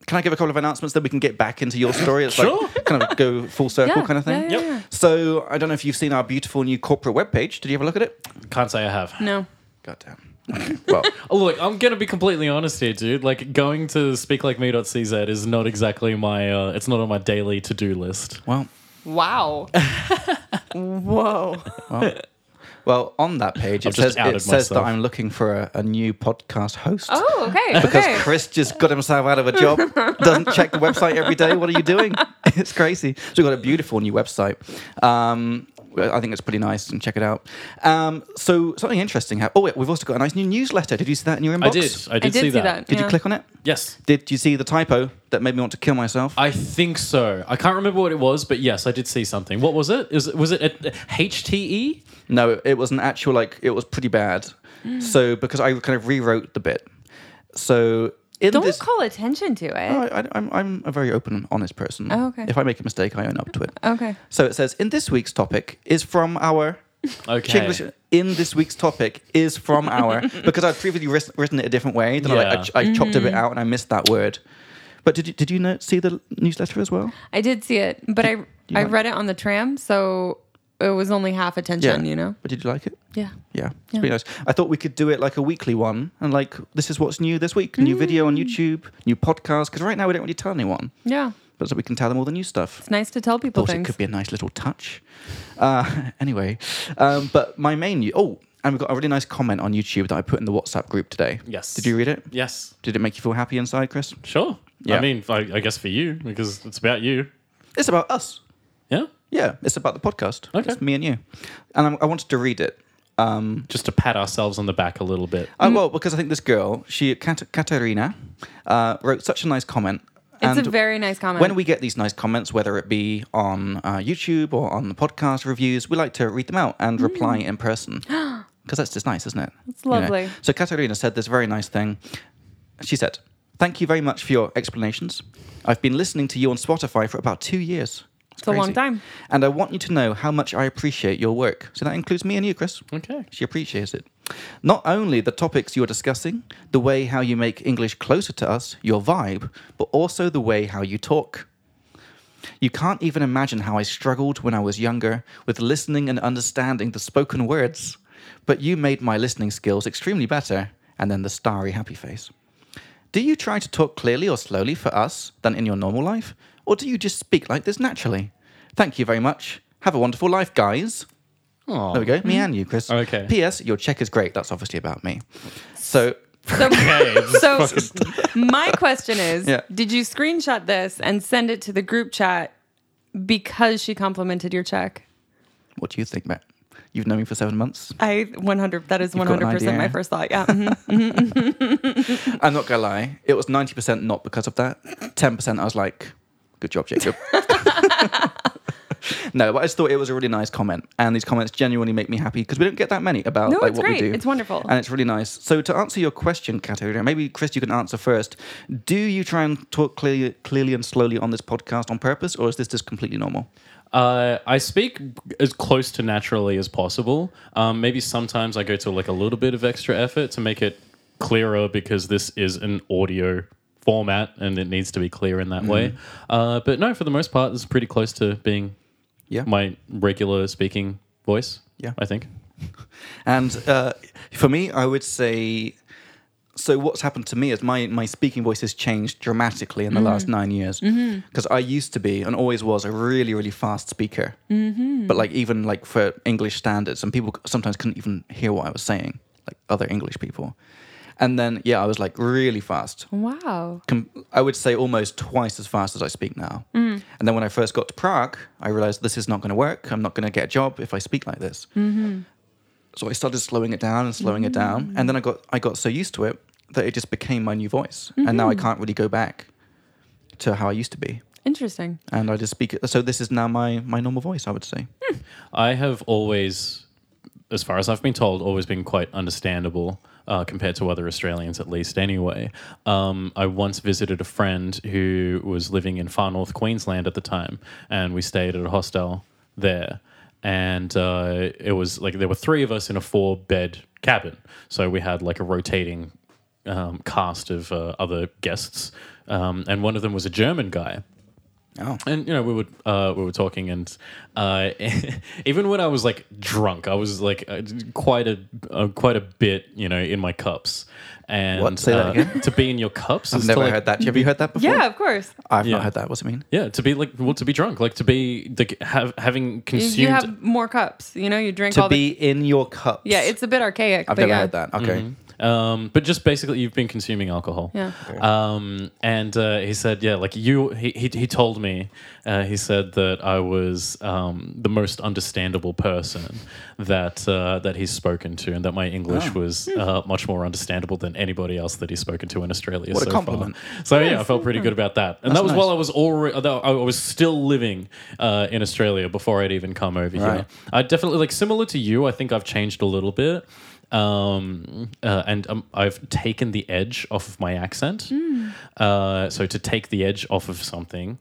A: can I give a couple of announcements then we can get back into your story? It's
B: Sure.
A: like kind of go full circle
C: Yeah,
A: kind of thing.
C: yeah,
B: Yep.
C: yeah, yeah.
A: So I don't know if you've seen our beautiful new corporate webpage. Did you have a look at it?
B: Can't say I have.
C: No.
A: God damn. Okay. Well,
B: Oh, Look, I'm gonna be completely honest here, dude. Like going to speaklikeme.cz is not exactly my. Uh, it's not on my daily to do list.
A: well,
C: Wow. Whoa.
A: well. On that page, it
B: I've just
A: says
B: outed
A: it says that
B: myself.
A: I'm looking for a, a new podcast host.
C: Oh, okay.
A: because
C: okay.
A: Chris just got himself out of a job, doesn't check the website every day. What are you doing? It's crazy. So we've got a beautiful new website. Um, I think it's pretty nice and check it out. Um, so something interesting happened. Oh, wait, we've also got a nice new newsletter. Did you see that in your inbox?
B: I did. I did,
C: I did see that.
A: Did you
C: Yeah.
A: click on it?
B: Yes.
A: Did you see the typo that made me want to kill myself?
B: I think so. I can't remember what it was, but yes, I did see something. What was it? Is it was it a, HTE?
A: No, it was an actual like it was pretty bad.
C: Mm.
A: So because I kind of rewrote the bit. So in
C: Don't
A: this,
C: call attention to it.
A: No, I, I, I'm, I'm a very open and honest person.
C: Oh, okay.
A: If I make a mistake, I own up to it.
C: Okay.
A: So it says, in this week's topic is from our.
B: Okay.
A: Chinglish, in this week's topic is from our. because I'd previously wris- written it a different way. Then I, like, I, I chopped a bit out and I missed that word. But did you, did you know, see the newsletter as well?
C: I did see it, but I I
A: like-
C: read it on the tram, so it was only half attention, you know?
A: But did you like it?
C: Yeah.
A: Yeah, it's
C: Yeah.
A: pretty nice. I thought we could do it like a weekly one and like, this is what's new this week new video on YouTube, new podcast. Because right now we don't really tell anyone,
C: Yeah.
A: but so we can tell them all the new stuff.
C: It's nice to tell people
A: thought it
C: things.
A: could be a nice little touch. Uh, anyway, um, but my main oh, and we got a really nice comment on YouTube that I put in the WhatsApp group today.
B: Yes.
A: Did you read it?
B: Yes.
A: Did it make you feel happy inside, Chris?
B: Sure.
A: Yeah.
B: I mean, I, I guess for you because it's about you.
A: It's about us.
B: Yeah.
A: Yeah, it's about the podcast.
B: Okay.
A: It's me and you. And I, I wanted to read it. Um,
B: Just to pat ourselves on the back a little bit.
C: Mm.
A: uh, well, because I think this girl, she Kat- Katerina, uh, wrote such a nice comment.
C: It's a
A: and
C: very nice comment.
A: When we get these nice comments, whether it be on uh, YouTube or on the podcast reviews, we like to read them out
C: Mm.
A: and reply in person because that's just nice, isn't it? It's
C: lovely.
A: So Katerina said this very nice thing. She said, "Thank you very much for your explanations. I've been listening to you on Spotify for about two years.
C: It's a long
A: crazy.
C: time.
A: and I want you to know how much I appreciate your work. So that includes me and you, Chris.
B: Okay.
A: She appreciates it. Not only the topics you're discussing, the way how you make English closer to us, your vibe, but also the way how you talk. You can't even imagine how I struggled when I was younger with listening and understanding the spoken words, but you made my listening skills extremely better. And then the starry happy face. Do you try to talk clearly or slowly for us than in your normal life? Or do you just speak like this naturally? Thank you very much. Have a wonderful life, guys.
B: Aw.
A: There we go. Me and you, Chris.
B: Okay.
A: P.S. Your check is great. That's obviously about me. So,
C: So, so my question is,
A: Yeah.
C: did you screenshot this and send it to the group chat because she complimented your check?
A: what do you think, Matt? You've known me for seven months.
C: I 100 that is
A: got an
C: 100% my
A: idea.
C: first thought. Yeah. mhm.
A: I'm not gonna lie. It was 90% not because of that. 10% I was like, good job, Jacob. no, but I just thought it was a really nice comment, and these comments genuinely make me happy because we don't get that many about
C: No,
A: like
C: it's
A: what
C: great.
A: we do.
C: It's wonderful.
A: and it's really nice. So to answer your question, Katerina, maybe Chris, you can answer first. Do you try and talk clearly, clearly and slowly on this podcast on purpose, or is this just completely normal?
B: Uh, I speak as close to naturally as possible. Um, maybe sometimes I go to like a little bit of extra effort to make it clearer because this is an audio format and it needs to be clear in that way. Uh, but no, for the most part, it's pretty close to being
A: Yeah.
B: my regular speaking voice.
A: Yeah.
B: I think.
A: And uh, for me, I would say. So what's happened to me is my my speaking voice has changed dramatically in the last nine years because I used to be and always was a really really fast speaker, mm-hmm. but like even like for English standards, and people sometimes couldn't even hear what I was saying, like other English people. And then yeah, I was like really fast.
C: Wow.
A: Com- I would say almost twice as fast as I speak now.
C: Mm.
A: And then when I first got to Prague, I realized this is not going to work. I'm not going to get a job if I speak like
C: Mm-hmm. Mm.
A: this. So I started slowing it down and slowing it down, and then I got I got so used to it that it just became my new voice, and
C: Mm-hmm.
A: now I can't really go back to how I used to be.
C: Interesting.
A: And I just speak. it- So this is now my my normal voice. I would say.
B: I have always, as far as I've been told, always been quite understandable uh, compared to other Australians, at least anyway. Um, I once visited a friend who was living in far north Queensland at the time, and we stayed at a hostel there. And uh, it was like there were three of us in a four bed cabin. So we had like a rotating um, cast of uh, other guests. Um, and one of them was a German guy
A: Oh.
B: and you know we would uh, we were talking and uh, even when I was like drunk I was like uh, quite a uh, quite a bit you know in my cups and
A: What? Say that
B: uh,
A: again?
B: to be in your cups
A: I've
B: is
A: never
B: to, like,
A: heard that. Have you heard that before?
C: Mm-hmm. Yeah, of course.
A: I've
B: Yeah.
A: not heard that. What's it mean?
B: yeah to be like well to be drunk like to be like have having
C: You,
B: consumed
C: you have more cups. You know, you drink
A: To
C: all
A: be in your cups.
C: the. Yeah, it's a bit archaic.
A: I've
C: but
A: never
C: yeah.
A: heard that. Okay.
B: um, but just basically you've been consuming alcohol.
C: Yeah.
B: Um, and uh, he said, yeah, like you, he, he, he told me, uh, he said that I was um, the most understandable person that uh, that he's spoken to, and that my English
A: Oh.
B: was uh, much more understandable than anybody else that he's spoken to in Australia
A: What a
B: so
A: compliment.
B: far. So yeah, I felt pretty good about that, and that was
A: nice.
B: while I was already, I was still living uh, in Australia before I'd even come over
A: Right.
B: here. I definitely like similar to you. I think I've changed a little bit, um, uh, and um, I've taken the edge off of my accent.
A: Hmm.
B: Uh, so to take the edge off of something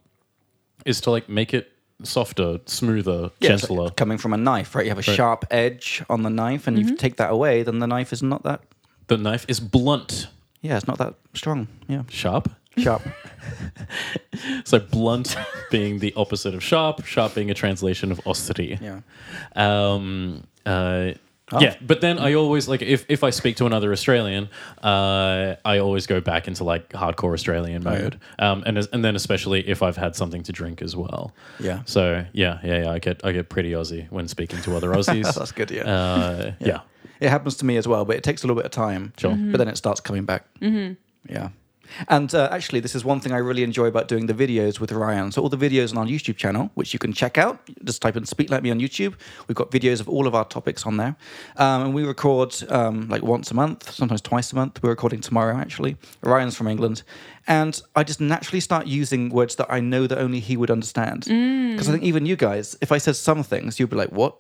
B: is to like make it softer, smoother,
A: Yeah, it's
B: gentler.
A: like coming from a knife, right? You have a sharp edge on the knife, and if you take that away, then the knife is not that.
B: The knife is blunt,
A: Yeah, it's not that strong. Yeah,
B: sharp.
A: sharp.
B: So blunt being the opposite of sharp, sharp being a translation of austerity.
A: yeah.
B: Um, uh,
A: Oh.
B: Yeah, but then I always like if, if I speak to another Australian, uh, I always go back into like hardcore Australian
A: Oh,
B: mode, um, and as- and then especially if I've had something to drink as well.
A: Yeah.
B: So yeah, yeah, yeah I get I get pretty Aussie when speaking to other Aussies.
A: That's good. Yeah.
B: Uh, yeah.
A: It happens to me as well, but it takes a little bit of time.
B: Sure.
A: But then it starts coming back. Mm-hmm. Yeah. And uh, actually, this is one thing I really enjoy about doing the videos with Ryan. So all the videos on our YouTube channel, which you can check out, just type in "Speak Like Me" on YouTube. We've got videos of all of our topics on there, um, and we record um, like once a month, sometimes twice a month. We're recording tomorrow actually. Ryan's from England, and I just naturally start using words that I know that only he would understand. Because I think even you guys, if I said some things, you'd be like, "What?"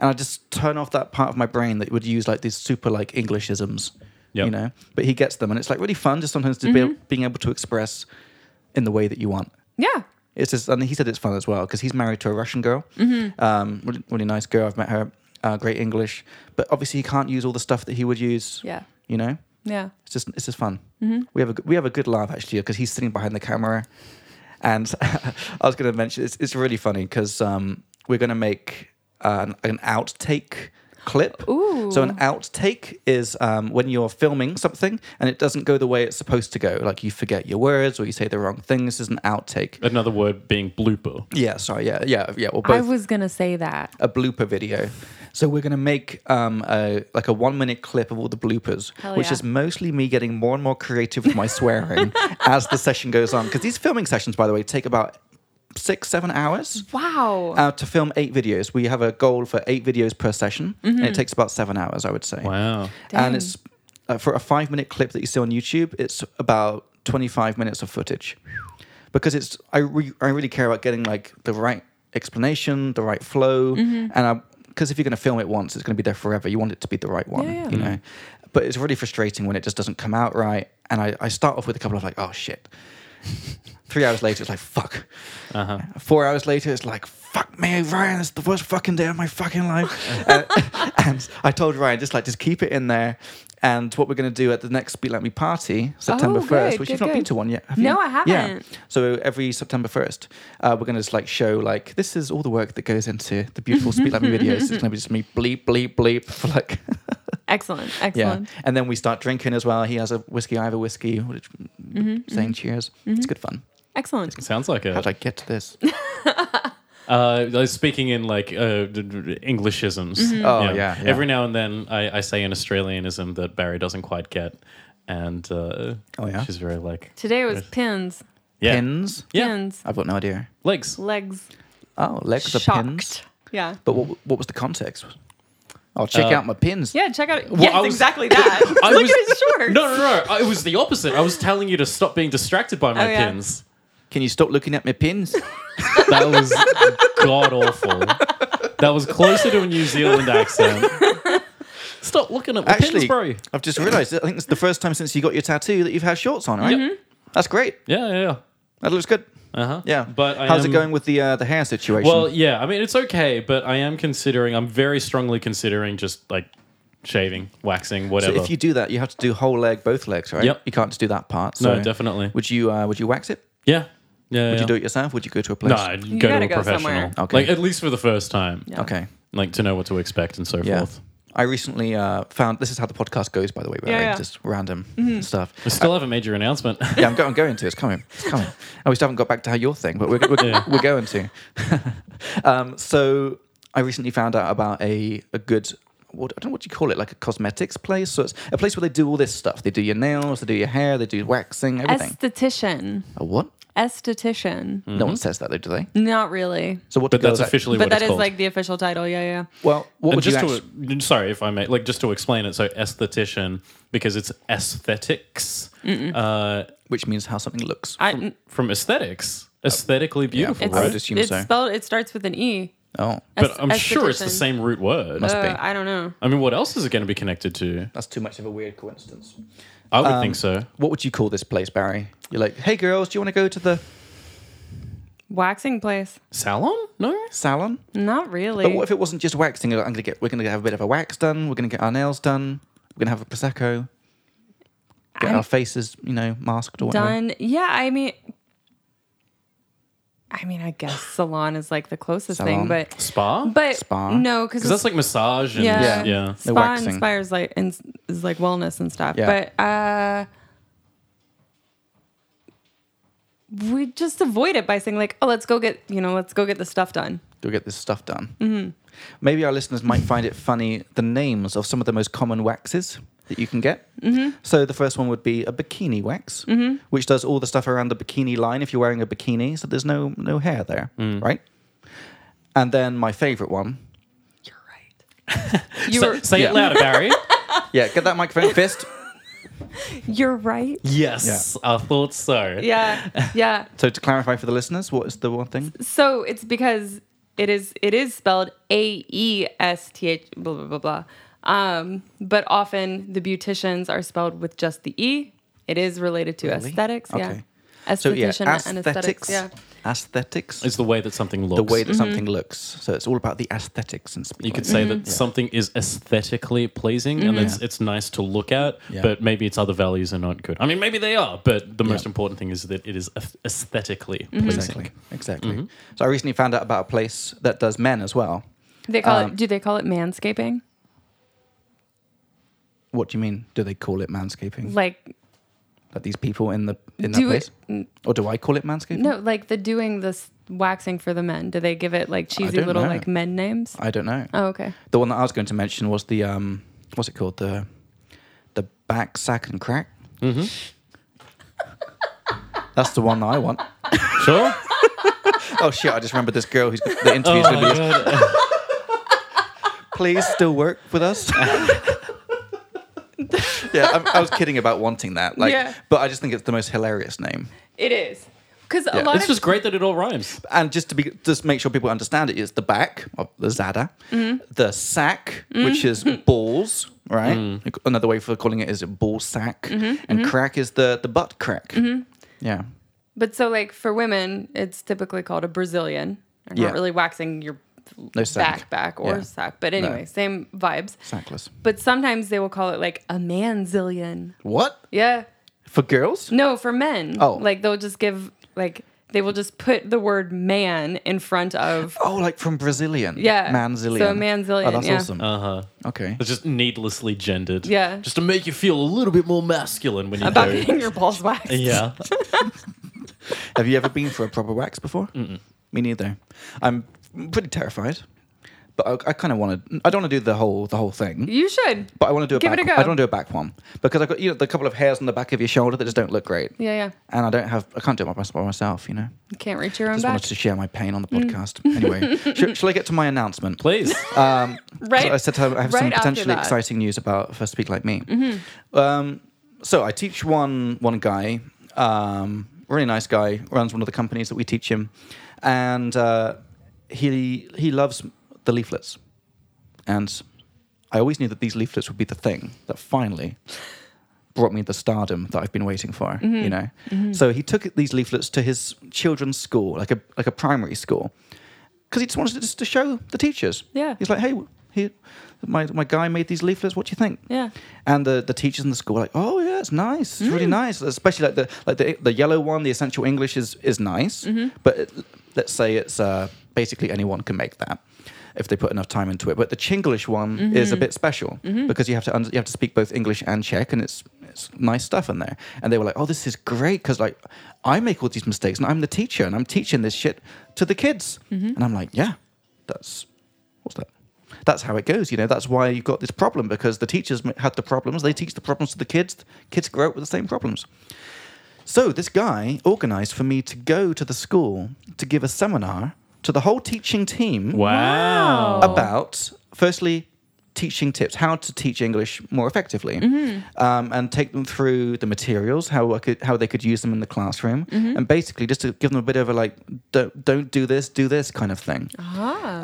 A: and I just turn off that part of my brain that would use like these super like Englishisms,
B: Yep.
A: you know. But he gets them, and it's like really fun just sometimes to be being able to express in the way that you want.
C: Yeah.
A: It's just, and he said it's fun as well because he's married to a Russian girl, um, really, really nice girl. I've met her, uh, great English, but obviously he can't use all the stuff that he would use.
C: Yeah.
A: you know,
C: Yeah.
A: it's just it's just fun.
C: Mm-hmm.
A: We have a g- we have a good laugh actually because he's sitting behind the camera, and I was going to mention it's it's really funny because um, we're going to make uh, an, an outtake clip.
C: Ooh.
A: So an outtake is um, when you're filming something and it doesn't go the way it's supposed to go. Like you forget your words or you say the wrong thing. This is an outtake.
B: Another word being blooper.
A: Yeah, sorry. Yeah, yeah, yeah. Well,
C: I
A: both
C: was going to say that.
A: a blooper video. So we're going to make um, a, like a one minute clip of all the bloopers,
C: Hell
A: which
C: yeah.
A: is mostly me getting more and more creative with my swearing as the session goes on. Because these filming sessions, by the way, take about six, seven hours.
C: Wow.
A: Uh, to film eight videos, we have a goal for eight videos per session,
C: Mm-hmm.
A: and it takes about seven hours, I would say.
B: Wow.
C: Dang.
A: And it's uh, for a five minute clip that you see on YouTube, it's about 25 minutes of footage. Because it's, I, re- I really care about getting like the right explanation, the right flow.
C: Mm-hmm.
A: And because if you're going to film it once, it's going to be there forever. You want it to be the right one,
C: Yeah, yeah.
A: you know? But it's really frustrating when it just doesn't come out right. And I, I start off with a couple of like, oh shit. Three hours later, it's like, fuck.
B: Uh-huh.
A: Four hours later, it's like, fuck me, Ryan, it's the worst fucking day of my fucking life. and, and I told Ryan, just like, just keep it in there. And what we're going to do at the next Speak Like Me party, September
C: Oh, good,
A: 1st, which
C: good,
A: you've not been
C: good.
A: to one yet, have
C: No,
A: you?
C: I haven't.
A: Yeah. So every September 1st, uh, we're going to just like show, like, this is all the work that goes into the beautiful Speak Like Me videos. It's going to be just me bleep, bleep, bleep for like
C: Excellent.
A: yeah,
C: Excellent.
A: and then we start drinking as well. He has a whiskey, I have a whiskey, which-
C: Mm-hmm,
A: saying cheers. It's good fun.
C: Excellent.
B: Sounds like
A: How'd
B: it.
A: I get to this?
B: Uh, I was speaking in like uh, d- d- Englishisms.
C: Mm-hmm.
A: Oh, yeah, yeah.
B: Every now and then, I, I say an Australianism that Barry doesn't quite get, and uh,
A: Oh, yeah?
B: she's very like
C: Today was pins.
B: yeah,
A: Pins?
B: yeah,
C: Pins.
A: I've got no idea.
B: legs.
C: Legs.
A: Oh, legs are
C: Shocked.
A: pins.
C: Yeah.
A: But what, what was the context? I'll check
B: Uh,
A: out my pins.
C: Yeah, check out. Yes,
B: I was-
C: exactly that.
B: I
C: Look
B: was-
C: at his shorts.
B: No, no, no. I- It was the opposite. I was telling you to stop being distracted by my
C: Oh, yeah.
B: pins.
A: Can you stop looking at my pins?
B: That was god awful. That was closer to a New Zealand accent. Stop looking at my pins,
A: Actually,
B: bro.
A: I've just realised. I think it's the first time since you got your tattoo that you've had shorts on,
C: Mm-hmm.
A: right? That's great.
B: Yeah, yeah, yeah.
A: That looks good.
B: Uh huh.
A: Yeah.
B: But I
A: how's
B: am-
A: it going with the uh, the hair situation?
B: Well, yeah. I mean, it's okay, but I am considering. I'm very strongly considering just like shaving, waxing,
A: so
B: whatever.
A: if you do that, you have to do whole leg, both legs, right?
B: Yep.
A: You can't just do that part.
B: no,
A: so-
B: definitely.
A: Would you uh, would you wax it?
B: yeah. Yeah.
A: Would
B: yeah.
A: you do it yourself? Would you go to a place?
B: No, I'd
C: You
B: go to
C: gotta
B: a
C: go
B: professional.
C: somewhere.
A: Okay.
B: Like at least for the first time.
C: Yeah.
A: Okay.
B: Like to know what to expect and so
A: Yeah.
B: forth.
A: I recently uh, found this is how the podcast goes, by the way. By the
C: Yeah, Mm-hmm.
A: way,
C: yeah.
A: Just random stuff.
B: We still haven't made your announcement.
A: yeah, I'm, go- I'm going to. It's coming. It's coming. And we still haven't got back to how your thing, but we're, we're,
B: Yeah.
A: we're going to. um, so I recently found out about a, a good, what, I don't know what you call it, like a cosmetics place. So it's a place where they do all this stuff. They do your nails, they do your hair, they do waxing, everything.
C: Esthetician.
A: a what?
C: Esthetician.
A: No one says that, though, do they?
C: Not really.
A: So what? do
B: Mm-hmm. but that's
A: girls act-
B: officially
C: But
B: what
C: that
B: it's
C: is
B: called.
C: like the official title. Yeah, yeah.
A: Well, what
B: and
A: would you
B: just
A: actually?
B: to sorry if I may, like just to explain it. So esthetician because it's aesthetics uh,
A: which means how something looks.
C: I,
B: from aesthetics, aesthetically beautiful,
C: it's
A: Hmm. I
B: right?
A: would assume
C: it's
A: so.
C: spelled. It starts with an e.
A: oh,
B: but I'm sure it's the
C: esthetician.
B: same root word.
A: Must be.
C: Uh, I don't know.
B: I mean, what else is it going to be connected to?
A: that's too much of a weird coincidence.
B: I would think so.
A: What would you call this place, Barry? You're like, hey girls, do you want to go to the
C: Waxing place.
B: Salon? No.
A: salon?
C: Not really.
A: But what if it wasn't just waxing? You're like, I'm gonna get, we're gonna have a bit of a wax done. We're gonna get our nails done. We're gonna have a prosecco. Get
C: I-
A: our faces, you know, masked or whatever.
C: done. Yeah, I mean, I mean, I guess salon is like the closest
A: Salon.
C: thing, but
B: Spa?
C: but
A: Spa?
C: no, because
B: Because that's like massage and
C: yeah,
B: yeah.
A: Yeah. The
C: Spa
A: waxing.
C: inspires like ins is like wellness and stuff.
A: Yeah.
C: But uh, we just avoid it by saying like, oh, let's go get you know, let's go get the stuff done.
A: We'll get this stuff done. Maybe our listeners might find it funny the names of some of the most common waxes that you can get. So the first one would be a bikini wax, which does all the stuff around the bikini line if you're wearing a bikini, so there's no no hair there, right? And then my favorite one,
C: You're right. you
B: Say,
C: were,
B: say
A: Yeah.
B: it louder, Barry.
A: yeah, get that microphone fist.
C: you're right.
B: yes, I thought so.
C: Yeah, yeah.
A: So to clarify for the listeners, what is the one thing?
C: So it's because it is it is spelled A E S T H blah blah blah blah. Um, but often the beauticians are spelled with just the E. It is related to
A: Really?
C: aesthetics, yeah.
A: Okay. So yeah,
C: Esthetician and
A: aesthetics.
C: aesthetics, yeah.
A: Aesthetics.
B: It's the way that something looks.
A: the way that something looks. So it's all about the aesthetics and
B: Mm-hmm. you could say
C: Mm-hmm.
B: that something is aesthetically pleasing and it's, it's nice to look at,
A: Yeah.
B: but maybe its other values are not good. I mean, maybe they are, but the most important thing is that it is ath- aesthetically
C: Mm-hmm.
B: pleasing.
A: exactly, exactly.
B: Mm-hmm.
A: So I recently found out about a place that does men as well.
C: They call
A: um,
C: it. Do they call it manscaping?
A: What do you mean? Do they call it manscaping?
C: Like
A: Like these people in the in that
C: Do
A: place,
C: it-
A: or do I call it manscaping?
C: no, like the doing this waxing for the men. Do they give it like cheesy
A: don't
C: little
A: know.
C: like men names?
A: I don't know.
C: Oh, okay.
A: The one that I was going to mention was the um, what's it called? The the back sack and crack. Mm-hmm. That's the one that I want.
B: Sure.
A: Oh shit! I just remembered this girl who's the interview's
B: Oh
A: going to be please still work with us? yeah, I, I was kidding about wanting that. Like,
C: Yeah.
A: but I just think it's the most hilarious name.
C: It is because a
A: Yeah.
C: lot
B: It's
C: of
B: just great that it all rhymes.
A: And just to be, just make sure people understand it is the back of the zada,
C: Mm-hmm.
A: the sack, which is balls, right? Another way for calling it is a ball sack,
C: Mm-hmm,
A: and crack is the the butt crack. Yeah,
C: But so, like for women, it's typically called a Brazilian. They're
A: Yeah.
C: not really waxing your
A: No
C: back,
A: sack.
C: back or
A: Yeah.
C: sack. But anyway, same vibes.
A: sackless.
C: But sometimes they will call it like a manzillion.
A: What
C: Yeah.
A: for girls?
C: No, for men.
A: Oh.
C: Like they'll just give like they will just put the word man in front of
A: Oh, like from Brazilian.
C: Yeah.
A: manzillion.
C: So manzillion,
A: Oh, that's
C: yeah.
A: awesome.
B: Uh huh.
A: okay.
B: It's just needlessly gendered.
C: Yeah.
B: Just to make you feel a little bit more masculine when you
C: about
B: go.
C: getting your balls waxed.
B: Yeah.
A: Have you ever been for a proper wax before? Me neither. I'm pretty terrified. but I, I kind of want to. I don't want to do the whole the whole thing.
C: You should.
A: But I want to do a
C: Give
A: back.
C: it a go.
A: I don't want to do a back one because I've got you know the couple of hairs on the back of your shoulder that just don't look great.
C: Yeah, yeah.
A: And I don't have. I can't do it by mys- by myself. You know.
C: You can't reach your
A: I
C: own
A: just
C: back. Mm.
A: wanted to share my pain on the podcast. Anyway, shall, shall I get to my announcement?
B: Please.
A: Um,
C: Right-
A: I said I have
C: right
A: some
C: after
A: potentially
C: that. Mm-hmm.
A: exciting news about for Speak Like Me. Um, so I teach one one guy, um, really nice guy, runs one of the companies that we teach him, and uh, he he loves the leaflets, and I always knew that these leaflets would be the thing that finally brought me the stardom that I've been waiting for.
C: Mm-hmm.
A: You know, so he took these leaflets to his children's school, like a like a primary school, because he just wanted to, just to show the teachers.
C: Yeah.
A: he's like, hey, he, my my guy made these leaflets. What do you think?
C: Yeah.
A: And the, the teachers in the school are like, oh yeah, it's nice. It's really nice. Especially like the like the, the yellow one, the essential English is is nice. But it, let's say it's uh, basically anyone can make that if they put enough time into it. But the Chinglish one is a bit special because you have to under, you have to speak both English and Czech, and it's it's nice stuff in there. And they were like, oh, this is great because like I make all these mistakes and I'm the teacher and I'm teaching this shit to the kids. And I'm like, yeah, that's what's that? That's how it goes. You know, that's why you've got this problem because the teachers m- had the problems. They teach the problems to the kids. Kids grow up with the same problems. So this guy organized for me to go to the school to give a seminar to the whole teaching team
B: wow.
C: Wow.
A: about firstly teaching tips how to teach english more effectively um, and take them through the materials how I could, how they could use them in the classroom and basically just to give them a bit of a like don't, don't do this do this kind of thing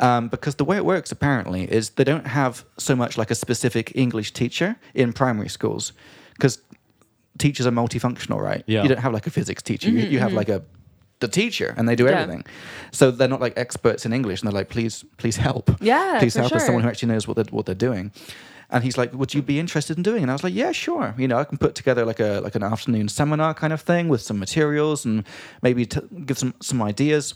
A: um, because the way it works apparently is they don't have so much like a specific english teacher in primary schools because teachers are multifunctional right
B: Yeah.
A: you don't have like a physics teacher you, you have like a the teacher and they do
C: Yeah.
A: everything so they're not like experts in english and they're like please please help
C: Yeah,
A: please
C: for
A: help us.
C: sure.
A: Someone who actually knows what they're, what they're doing. And he's like, "Would you be interested in doing?" it? And I was like, "Yeah, sure. You know, I can put together like a like an afternoon seminar kind of thing with some materials and maybe t- give some some ideas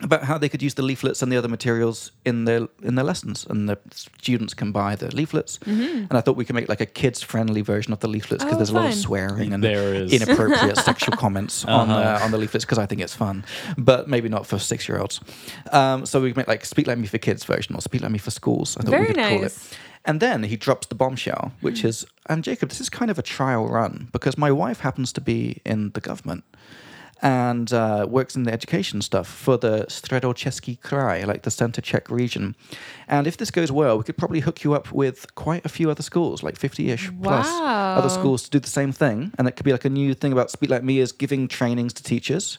A: about how they could use the leaflets and the other materials in their in their lessons. And the students can buy the leaflets. And I thought we could make like a kids friendly version of the leaflets because
C: Mm-hmm.
A: there's a
C: Oh,
A: lot of
C: fun.
A: swearing and
B: There is.
A: inappropriate sexual comments on
C: Uh-huh.
A: the, on the leaflets because I think it's fun, but maybe not for six year olds. Um, so we make like Speak Like Me for Kids version or Speak Like Me for Schools. I thought
C: Very
A: we could call it.
C: nice.
A: And then he drops the bombshell, which is, and Jacob, this is kind of a trial run because my wife happens to be in the government and uh, works in the education stuff for the Stredocheski Krai, like the Center Czech region. And if this goes well, we could probably hook you up with quite a few other schools, like 50 ish plus other
C: Wow.
A: schools to do the same thing. And it could be like a new thing about Speak Like Me is giving trainings to teachers,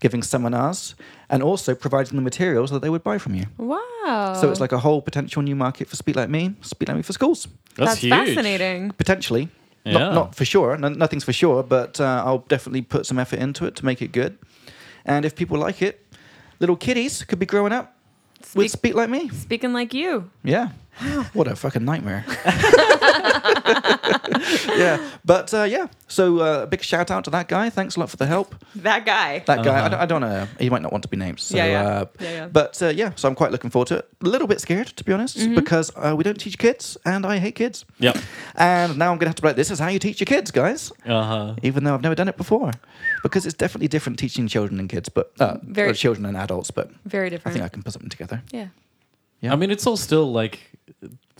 A: giving seminars, and also providing the materials that they would buy from you.
C: Wow.
A: So it's like a whole potential new market for Speak Like Me, Speak Like Me for schools,
B: That's,
C: that's
B: huge.
C: fascinating.
A: potentially.
B: Yeah.
A: Not, not for sure. No, nothing's for sure, but uh, I'll definitely put some effort into it to make it good. And if people like it, little kiddies could be growing up with Speak Like Me.
C: Speaking like you.
A: Yeah. What a fucking nightmare. yeah. But uh, yeah, so uh, a big shout out to that guy. Thanks a lot for the help.
C: That guy.
A: That guy, I don't, I don't know. He might not want to be named. So,
C: Yeah, yeah.
A: Uh,
C: Yeah, yeah.
A: But uh, yeah, so I'm quite looking forward to it. A little bit scared, to be honest,
C: Mm-hmm.
A: because uh, we don't teach kids and I hate kids.
B: Yep.
A: And now I'm going to have to be like, this is how you teach your kids, guys.
B: Uh huh.
A: Even though I've never done it before. Because it's definitely different teaching children and kids, but uh,
C: Very-
A: or children and adults, but
C: Very
A: I
C: different.
A: think I can put something together.
C: yeah.
A: Yeah.
B: I mean, it's all still like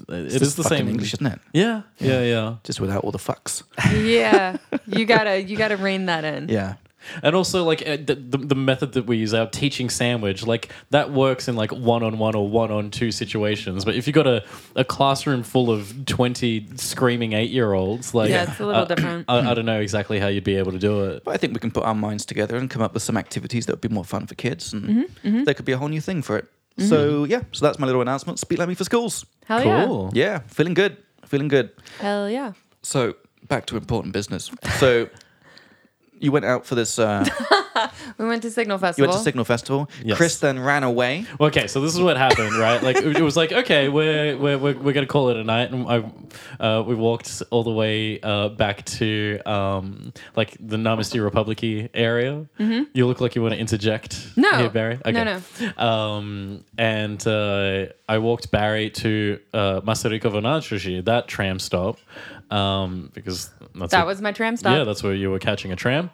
B: it's
A: It's
B: the
A: fucking
B: same
A: English, isn't it?
B: Yeah, yeah, yeah.
A: Just without all the fucks.
C: Yeah. you gotta you gotta rein that in.
A: yeah.
B: And also, like uh, the, the the method that we use, our teaching sandwich, like that works in like one on one or one on two situations. But if you got a, a classroom full of twenty screaming eight year olds, like
C: Yeah, it's a little
B: uh,
C: different.
B: I, I don't know exactly how you'd be able to do it.
A: But I think we can put our minds together and come up with some activities that would be more fun for kids, and there could be a whole new thing for it. So yeah, so that's my little announcement. Speak like me for schools.
C: Hell Oh, yeah.
B: cool.
A: Yeah, feeling good, feeling good.
C: Hell yeah.
A: So back to important business. So you went out for this. Uh,
C: We went to Signal
A: you
C: Festival.
A: went to Signal Festival.
B: Yes.
A: Chris then ran away.
B: Okay, so this is what happened, right? Like it was like, okay, we're we're, we're, we're gonna call it a night, and I uh, we walked all the way uh, back to um, like the Namaste Republici area. You look like you want to interject.
C: Mm-hmm. No.
B: here, Barry.
C: No,
B: no. Um, and uh, I walked Barry to uh, Masariko Vonatsushi, that tram stop, um, because that's
C: that
B: a-
C: was my tram stop.
B: yeah, that's where you were catching a tram.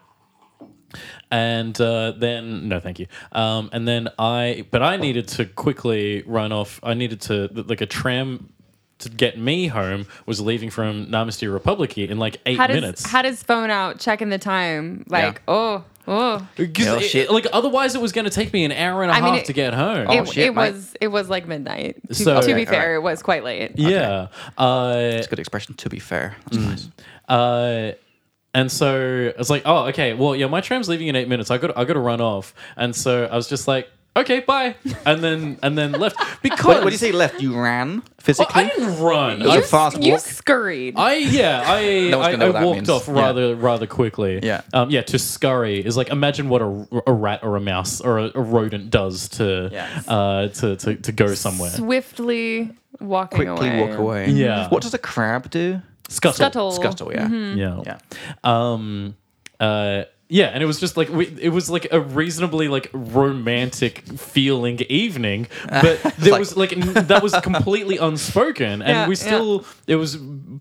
B: And uh, then no, thank you. Um, and then I, but I needed to quickly run off. I needed to like a tram to get me home was leaving from Namaste Republiki in like eight
C: How does
B: minutes.
C: how does phone out checking the time? Like oh oh.
B: 'Cause
A: Oh,
B: it-
A: shit.
B: Like otherwise, it was going to take me an hour and a
C: I
B: half
C: mean, it-
B: to get home.
C: It,
A: shit,
C: it
A: mate.
C: was it was like midnight. To,
B: So-
C: to
B: Okay,
C: be
A: all right.
C: fair, it was quite late.
B: Oh, yeah. Uh,
A: It's a good expression, to be fair. That's nice.
B: Uh, and so I was like, oh, okay, well, yeah, my tram's leaving in eight minutes. I got I got to run off. And so I was just like, okay, bye, and then and then left because
A: What, what do you say left? You ran
B: Well,
A: physically?
B: I didn't run.
A: was
B: I,
A: a
C: You,
A: fast
C: you
A: walk. Uh,
C: scurried.
B: I yeah, I
A: No one's
B: I,
A: gonna know
B: I
A: what that
B: walked
A: means.
B: off
A: Yeah.
B: rather rather quickly.
A: Yeah.
B: um, yeah. To scurry is like imagine what a, a rat or a mouse or a, a rodent does to
A: Yeah.
B: uh to, to to go somewhere.
C: Swiftly walking
A: Quickly
C: away.
A: walk away.
B: Yeah.
A: What does a crab do?
B: Scuttle.
C: Scuttle.
A: Scuttle, yeah.
B: Yeah.
A: Yeah.
B: um uh yeah and it was just like we, it was like a reasonably like romantic feeling evening but there
A: like-
B: was like n- that was completely unspoken and
C: Yeah,
B: we
C: yeah.
B: still it was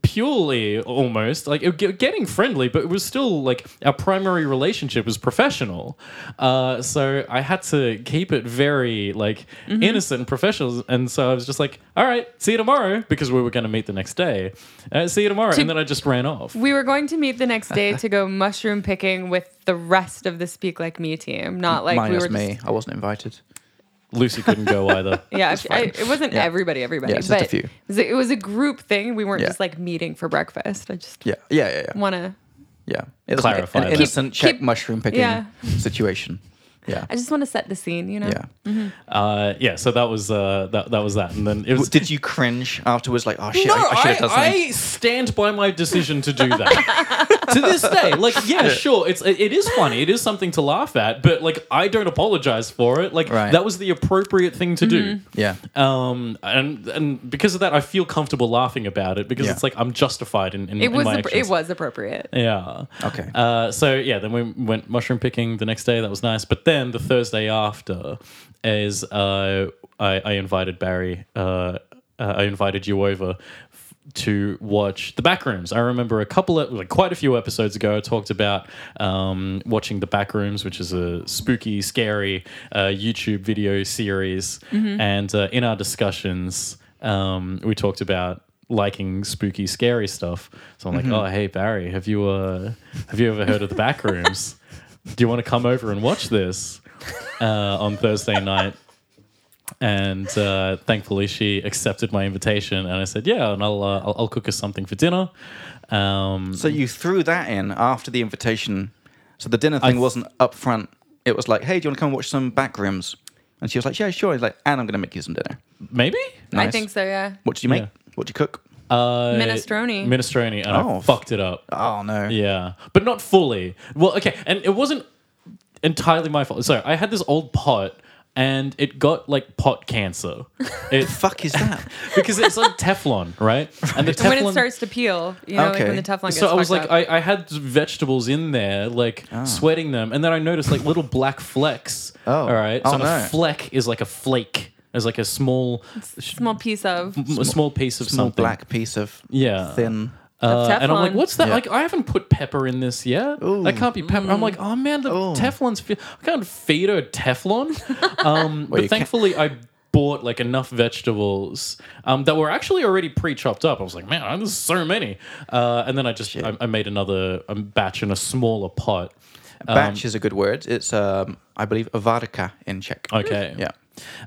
B: purely almost like it, ge- getting friendly but it was still like our primary relationship was professional uh so i had to keep it very like
C: Mm-hmm.
B: innocent and professional and so i was just like all right see you tomorrow because we were going to meet the next day uh, see you tomorrow and then i just ran off
C: We were going to meet the next day to go mushroom picking with the rest of the Speak Like Me team, not like
A: Minus
C: we were
A: me.
C: just
A: I wasn't invited.
B: Lucy couldn't go either.
C: yeah, I, it wasn't
A: Yeah.
C: everybody, everybody,
A: Yeah, it's
C: but
A: just a few.
C: It, was a, it was a group thing. We weren't
A: Yeah.
C: just like meeting for breakfast. I just
A: Yeah, yeah, yeah, yeah.
C: want to,
A: yeah. It was an-
B: Clarify
A: an
B: that.
A: innocent
C: Keep-
A: check
C: keep-
A: mushroom picking
C: yeah.
A: situation. Yeah,
C: I just want to set the scene, you know.
A: yeah.
B: Uh, yeah, so that was uh, that. That was that, and then it was.
A: W- Did you cringe afterwards? Like, oh shit,
B: no,
A: I, I should have done
B: I,
A: something.
B: I stand by my decision to do that to this day. Like, yeah, sure, it's it is funny. It is something to laugh at, but like, I don't apologize for it. Like,
A: Right. Mm-hmm.
B: that was the appropriate thing to do.
A: yeah,
B: Um, and and because of that, I feel comfortable laughing about it because
A: Yeah.
B: it's like I'm justified in, in,
C: It
B: in
C: was
B: my
C: appro- it
B: actions.
C: was appropriate.
B: Yeah.
A: Okay.
B: Uh, so yeah, then we went mushroom picking the next day. That was nice. But then the Thursday after is uh, I, I invited Barry. Uh, uh, I invited you over f- to watch the Backrooms. I remember a couple of like quite a few episodes ago, I talked about um, watching the Backrooms, which is a spooky, scary uh, YouTube video series. And uh, in our discussions, um, we talked about liking spooky, scary stuff. So I'm like, oh, hey Barry, have you uh, have you ever heard of the Backrooms? Do you want to come over and watch this uh, on Thursday night? And uh, thankfully, she accepted my invitation, and I said, "Yeah, and I'll uh, I'll, I'll cook us something for dinner." Um,
A: So you threw that in after the invitation. So the dinner thing wasn't up front. It was like, hey, do you want to come and watch some backrooms? And she was like, yeah, sure. He's like, and I'm going to make you some dinner.
B: maybe
C: I
A: Nice.
C: think so. Yeah.
A: What do you make?
B: Yeah.
A: What do you cook?
B: uh,
C: Minestrone.
B: minestrone, and
A: Oh.
B: I fucked it up.
A: Oh no.
B: Yeah, but not fully. Well, okay, and it wasn't entirely my fault. Sorry, I had this old pot, and it got like pot cancer. It
A: Fuck is that?
B: because it's like Teflon, right? And the Teflon.
C: And when it starts to peel, you know, like
A: Okay.
C: when the Teflon gets
B: so I was
C: fucked
B: like,
C: up.
B: I, I had vegetables in there, like
A: Ah.
B: sweating them, and then I noticed like little black flecks.
A: Oh.
B: all right. So
A: Oh,
B: a
A: no.
B: fleck is like a flake, is like a small,
C: small piece of
B: a small piece of
A: Small
B: something.
A: black piece of
B: Yeah.
A: thin.
C: Of
B: Uh, and I'm like,
C: Teflon.
B: what's that?
A: Yeah.
B: Like, I haven't put pepper in this yet. That can't be pepper. I'm like, oh man, the Teflon's. Fe- I can't feed her Teflon. Um,
A: you
B: but
A: can't-
B: thankfully, I bought like enough vegetables um, that were actually already pre-chopped up. I was like, man, there's so many. Uh, and then I just I, I made another um, batch in a smaller pot. Um,
A: Batch is a good word. It's, um, I believe, avarka in Czech.
B: Okay.
A: Yeah.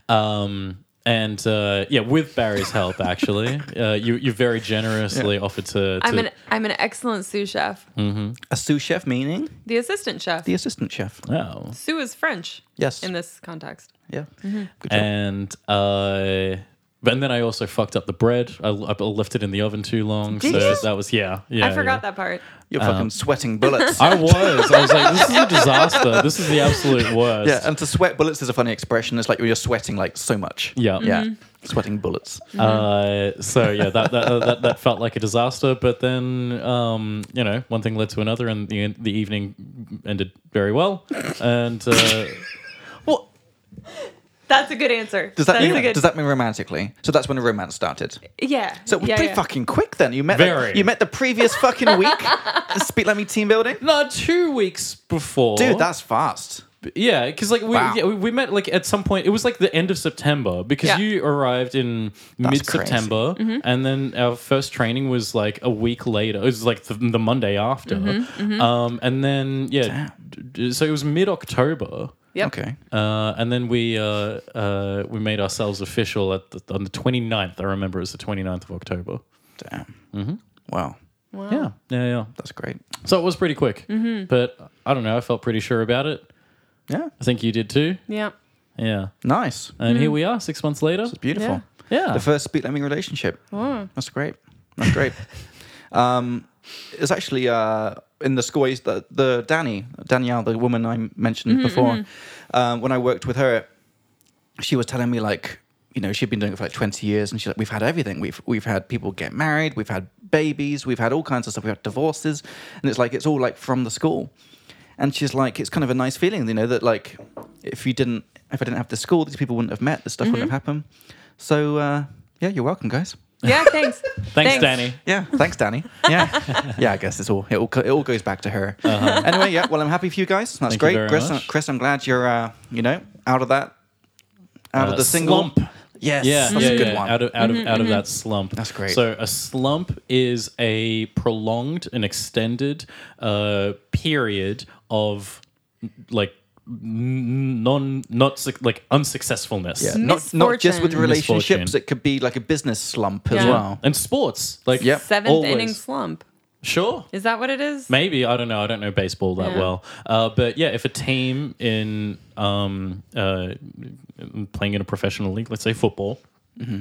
B: Um, and uh, yeah, with Barry's help, actually, uh, you you very generously offered to. to
C: I'm an I'm an excellent sous chef.
B: Hmm.
A: A sous chef meaning
C: The assistant chef.
A: the assistant chef.
B: Oh.
C: sous is French.
A: Yes.
C: In this context.
A: Yeah.
C: Mm-hmm.
A: Good job.
B: and uh, but and then I also fucked up the bread. I, I left it in the oven too long,
C: Did
B: so
C: you?
B: that was yeah, yeah.
C: I forgot
B: yeah.
C: that part.
A: You're
B: uh,
A: fucking sweating bullets.
B: I was. I was like, this is a disaster. This is the absolute worst.
A: yeah, and to sweat bullets is a funny expression. It's like you're sweating like so much.
B: Yeah.
A: Yeah.
C: Mm-hmm.
A: Sweating bullets.
B: Uh, so yeah, that that, that that felt like a disaster. But then, um, you know, one thing led to another, and the the evening ended very well. And uh, well,
C: That's a good answer.
A: Does that
C: That's a
A: mean
C: good-
A: does that mean romantically? So that's when the romance started.
C: Yeah.
A: So it was
C: yeah,
A: pretty
C: yeah.
A: fucking quick then. You met
B: Very.
A: The, you met the previous fucking week. at Speak Like Me team building.
B: No, two weeks before.
A: Dude, that's fast.
B: Yeah, because like we,
A: Wow.
B: yeah, we we met like at some point. It was like the end of September because
C: Yeah.
B: you arrived in mid September,
A: Mm-hmm.
B: and then our first training was like a week later. It was like the, the Monday after,
A: Mm-hmm,
B: Um, and then yeah, d- d- so it was mid October.
C: Yep.
A: Okay.
B: Uh, and then we uh, uh, we made ourselves official at the, on the 29th. I remember it was the 29th of October.
A: Damn. Mm-hmm. Wow. Mm-hmm.
B: Yeah, yeah, yeah.
A: That's great.
B: So it was pretty quick, but I don't know. I felt pretty sure about it.
A: Yeah.
B: I think you did too.
C: Yeah.
B: Yeah,
A: Nice.
B: and here we are, six months later.
A: It's beautiful.
B: Yeah.
A: The first Speak Like Me relationship.
C: Mm.
A: That's great. That's great. um, it's actually uh, in the school, I used the, the Danny, Danielle, the woman I mentioned before, um, when I worked with her, she was telling me like, you know, she'd been doing it for like 20 years and she's like, we've had everything. We've, we've had people get married. We've had babies. We've had all kinds of stuff. We've had divorces. And it's like, it's all like from the school. And she's like, it's kind of a nice feeling, you know, that like, if you didn't, if I didn't have the school, these people wouldn't have met. This stuff wouldn't have happened. So, uh, yeah, you're welcome, guys.
C: Yeah. Thanks.
B: Thanks, Danny.
A: Yeah, thanks, Danny. Yeah, yeah. I guess it's all it all, co- it all goes back to her. Anyway, yeah. Well, I'm happy for you guys. That's
B: Uh-huh. Thank you
A: great,
B: very
A: Chris.
B: much.
A: Chris, I'm glad you're uh, you know out of that out
B: Uh,
A: of the single.
B: slump.
A: Yes,
B: Yeah,
A: that's
B: yeah,
A: a good
B: yeah.
A: one.
B: Out of out of out of that slump.
A: That's great.
B: So a slump is a prolonged and extended uh, period of like n- non not suc like unsuccessfulness.
A: yeah. Not not just with
C: Misfortune.
A: relationships.
B: Misfortune.
A: It could be like a business slump as
C: Yeah.
A: well.
B: And sports, like
A: Yep.
C: Seventh
B: always.
C: inning slump.
B: Sure.
C: Is that what it is?
B: Maybe I don't know. I don't know baseball that
C: Yeah.
B: well, uh, but yeah, if a team in um, uh, playing in a professional league, let's say football,
A: Mm-hmm.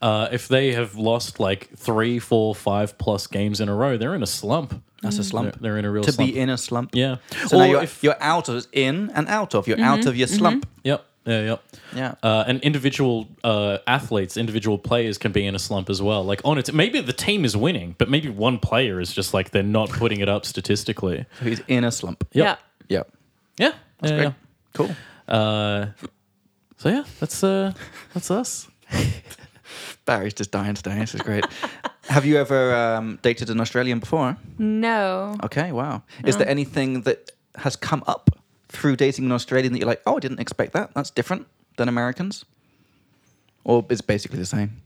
B: uh, if they have lost like three, four, five plus games in a row, they're in a slump.
A: That's a slump.
B: Mm. They're in a real
A: to
B: slump.
A: be in a slump.
B: yeah.
A: So
B: or
A: now you're,
B: if
A: you're out of in and out of. You're out of your slump.
B: yep. Yeah, yep.
A: Yeah.
B: Uh, and individual uh, athletes, individual players can be in a slump as well. Like on it, maybe the team is winning, but maybe one player is just like they're not putting it up statistically.
A: Who's in a slump?
B: Yep.
C: Yeah.
A: Yeah.
B: Yeah, yeah,
A: Great.
B: yeah.
A: Cool.
B: Uh, so yeah, that's uh, that's us.
A: Barry's just dying today. This is great. Have you ever um, dated an Australian before?
C: No.
A: Okay, wow. Is there anything that has come up through dating an Australian that you're like, oh, I didn't expect that? That's different than Americans? Or it's basically the same?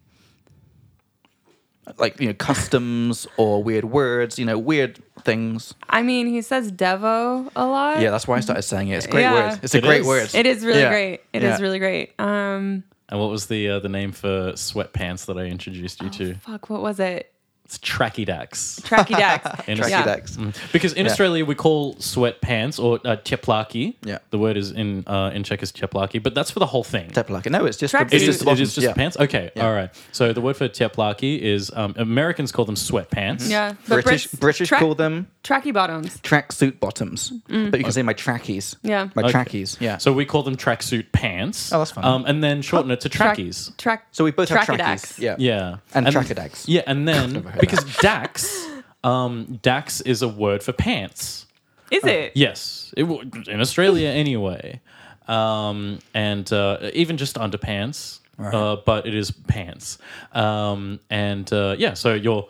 A: Like, you know, customs or weird words, you know, weird things.
C: I mean, he says Devo a lot.
A: Yeah, that's why I started saying it. It's a great
C: Yeah.
A: word. It's a
B: It
A: great
B: is.
A: word.
C: It is really
A: Yeah.
C: great. It is
A: Yeah.
C: really great. Um,
B: And what was the uh, the name for sweatpants that I introduced you to?
A: Oh.
C: fuck, what was it?
B: It's tracky dacks.
C: Tracky Dax.
B: In
A: Tracky
C: Yeah.
A: dacks.
B: Because in
A: Yeah.
B: Australia we call sweatpants or uh, teplaki.
A: Yeah.
B: the word is in uh, in Czech is teplaki, but that's for the whole thing.
A: Step like it. No, it's just
C: Tracksuit.
A: the, it's
B: It
A: just
B: is,
A: the
B: it
A: bottoms.
B: is just
A: yeah.
B: pants. Okay, all right. So the word for teplaki is um, Americans call them sweatpants.
C: Yeah.
A: Mm-hmm.
C: But
A: British
C: Brits-
A: British
C: track-
A: call them
C: Tracky Bottoms.
A: tracksuit bottoms, but you can say my trackies.
C: Yeah.
A: my
B: Okay.
A: trackies. Yeah.
B: So we call them tracksuit pants.
A: Oh, that's fine.
B: Um, and then shorten it to
C: Track-
B: trackies.
C: Track.
A: So we both have
C: Tracky
A: trackies.
C: Dax.
A: Yeah.
B: Yeah.
A: And Trachodax.
B: Yeah, and then
A: never heard
B: because Dax, um, Dax is a word for pants.
C: Is
A: Uh,
C: it?
B: Yes, it w- in Australia anyway, um, and uh, even just underpants. Uh, but it is pants, um, and uh, yeah. So your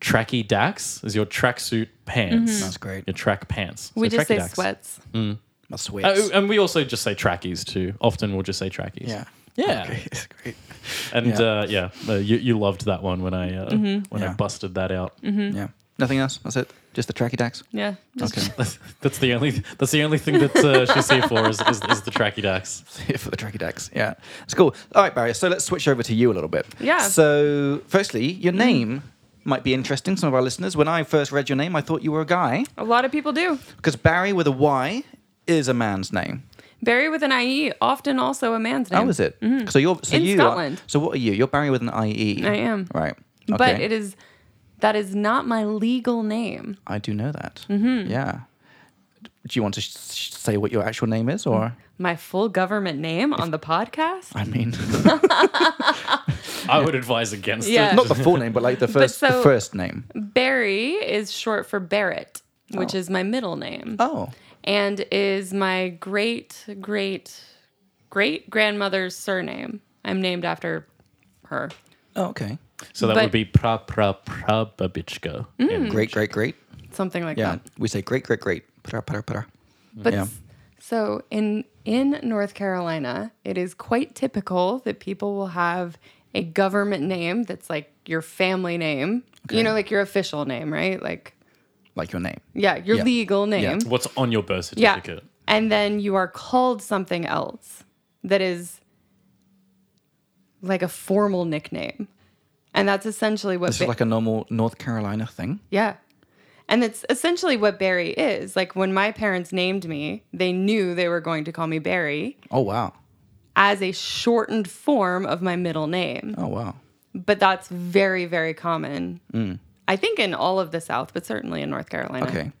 B: tracky Dax is your tracksuit pants.
A: Mm-hmm. That's great.
B: Your track pants.
C: We
B: So
C: just say
B: tracky Dax.
C: sweats.
A: Mm. My sweats.
B: Uh, and we also just say trackies too. Often we'll just say trackies.
A: Yeah.
B: Yeah.
A: It's great.
B: And
A: Yeah.
B: yeah, uh, yeah uh, you, you loved that one when I uh,
C: Mm-hmm.
B: when I
A: Yeah.
B: busted that out.
A: Yeah. Nothing else. That's it. Just the tracky dacks.
C: Yeah. Just
A: Okay.
B: That's, that's the only that's the only thing that uh, she's here for is, is, is the tracky ducks.
A: For the tracky dacks. Yeah. It's cool. All right, Barry. So let's switch over to you a little bit.
C: Yeah. Mm.
A: So, firstly, your name might be interesting. Some of our listeners. When I first read your name, I thought you were a guy
C: A lot of people do.
A: because Barry with a Y is a man's name.
C: Barry with an IE, often also a man's name.
A: How is it? So you're so
C: Mm-hmm. In
A: you are-
C: Scotland.
A: so what are you? You're Barry with an I E.
C: I am.
A: Right.
C: But it is, that is not my legal name.
A: I do know that. Mm-hmm. Yeah. Do you want to sh- sh- say what your actual name is, or
C: My full government name on the podcast?
A: I mean,
B: I would advise against
C: Yeah.
B: it.
A: not the full name, but like the first the
C: so-
A: first name.
C: Barry is short for Barrett, which
A: Oh.
C: is my middle name.
A: Oh,
C: and is my great great great grandmother's surname. I'm named after her.
A: Oh, okay.
B: So that
C: But- Mm.
B: would be pra pra pra babichka.
A: Great, great, great.
C: Something like
A: Yeah,
C: that.
A: we say great, great, great. Para, para, para.
C: But
A: Yeah.
C: s- so in in North Carolina, it is quite typical that people will have a government name that's like your family name. You know, like your official name, right? Like
A: Like your name.
C: yeah, your
A: Yeah.
C: legal name.
B: What's on your birth
C: Yeah.
B: certificate?
C: And then you are called something else that is like a formal nickname. And that's essentially what
A: This is
C: ba-
A: like a normal North Carolina thing.
C: Yeah. And it's essentially what Barry is. Like when my parents named me, they knew they were going to call me Barry
A: Oh wow.
C: as a shortened form of my middle name.
A: Oh wow.
C: But that's very, very common. I think in all of the South, but certainly in North Carolina.
A: Mm. Okay.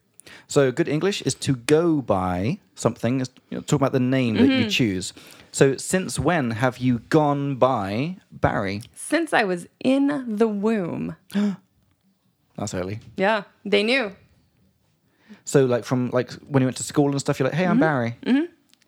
A: So good English is to go by something. Is you know, talk about the name that
C: Mm-hmm.
A: you choose. So since when have you gone by Barry?
C: Since I was in the womb.
A: That's early.
C: Yeah. They knew.
A: So like from like when you went to school and stuff, you're like, hey, I'm Barry. Mm-hmm.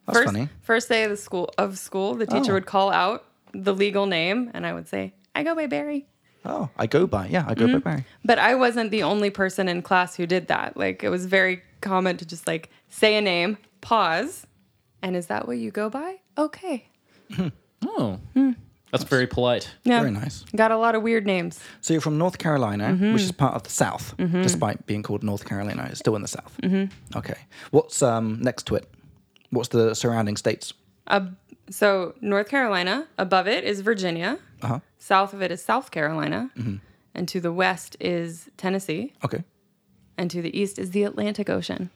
A: That's
C: first,
A: funny.
C: First day of the school of school, the teacher
A: Oh.
C: would call out the legal name, and I would say, "I go by Barry."
A: Oh, I go by. Yeah, I go
C: Mm-hmm.
A: by Barry.
C: But I wasn't the only person in class who did that. Like it was very common to just like say a name, pause, and is that what you go by? Okay.
B: Oh,
C: Mm.
B: that's very polite.
C: Yeah.
A: Very nice.
C: Got a lot of weird names.
A: So you're from North Carolina, which is part of the South, despite being called North Carolina. It's still in the South. Mm-hmm. Okay. What's um, next to it? What's the surrounding states?
C: Uh, So North Carolina, above it is Virginia.
A: Uh-huh.
C: South of it is South Carolina.
A: Mm-hmm.
C: And to the west is Tennessee.
A: Okay.
C: And to the east is the Atlantic Ocean.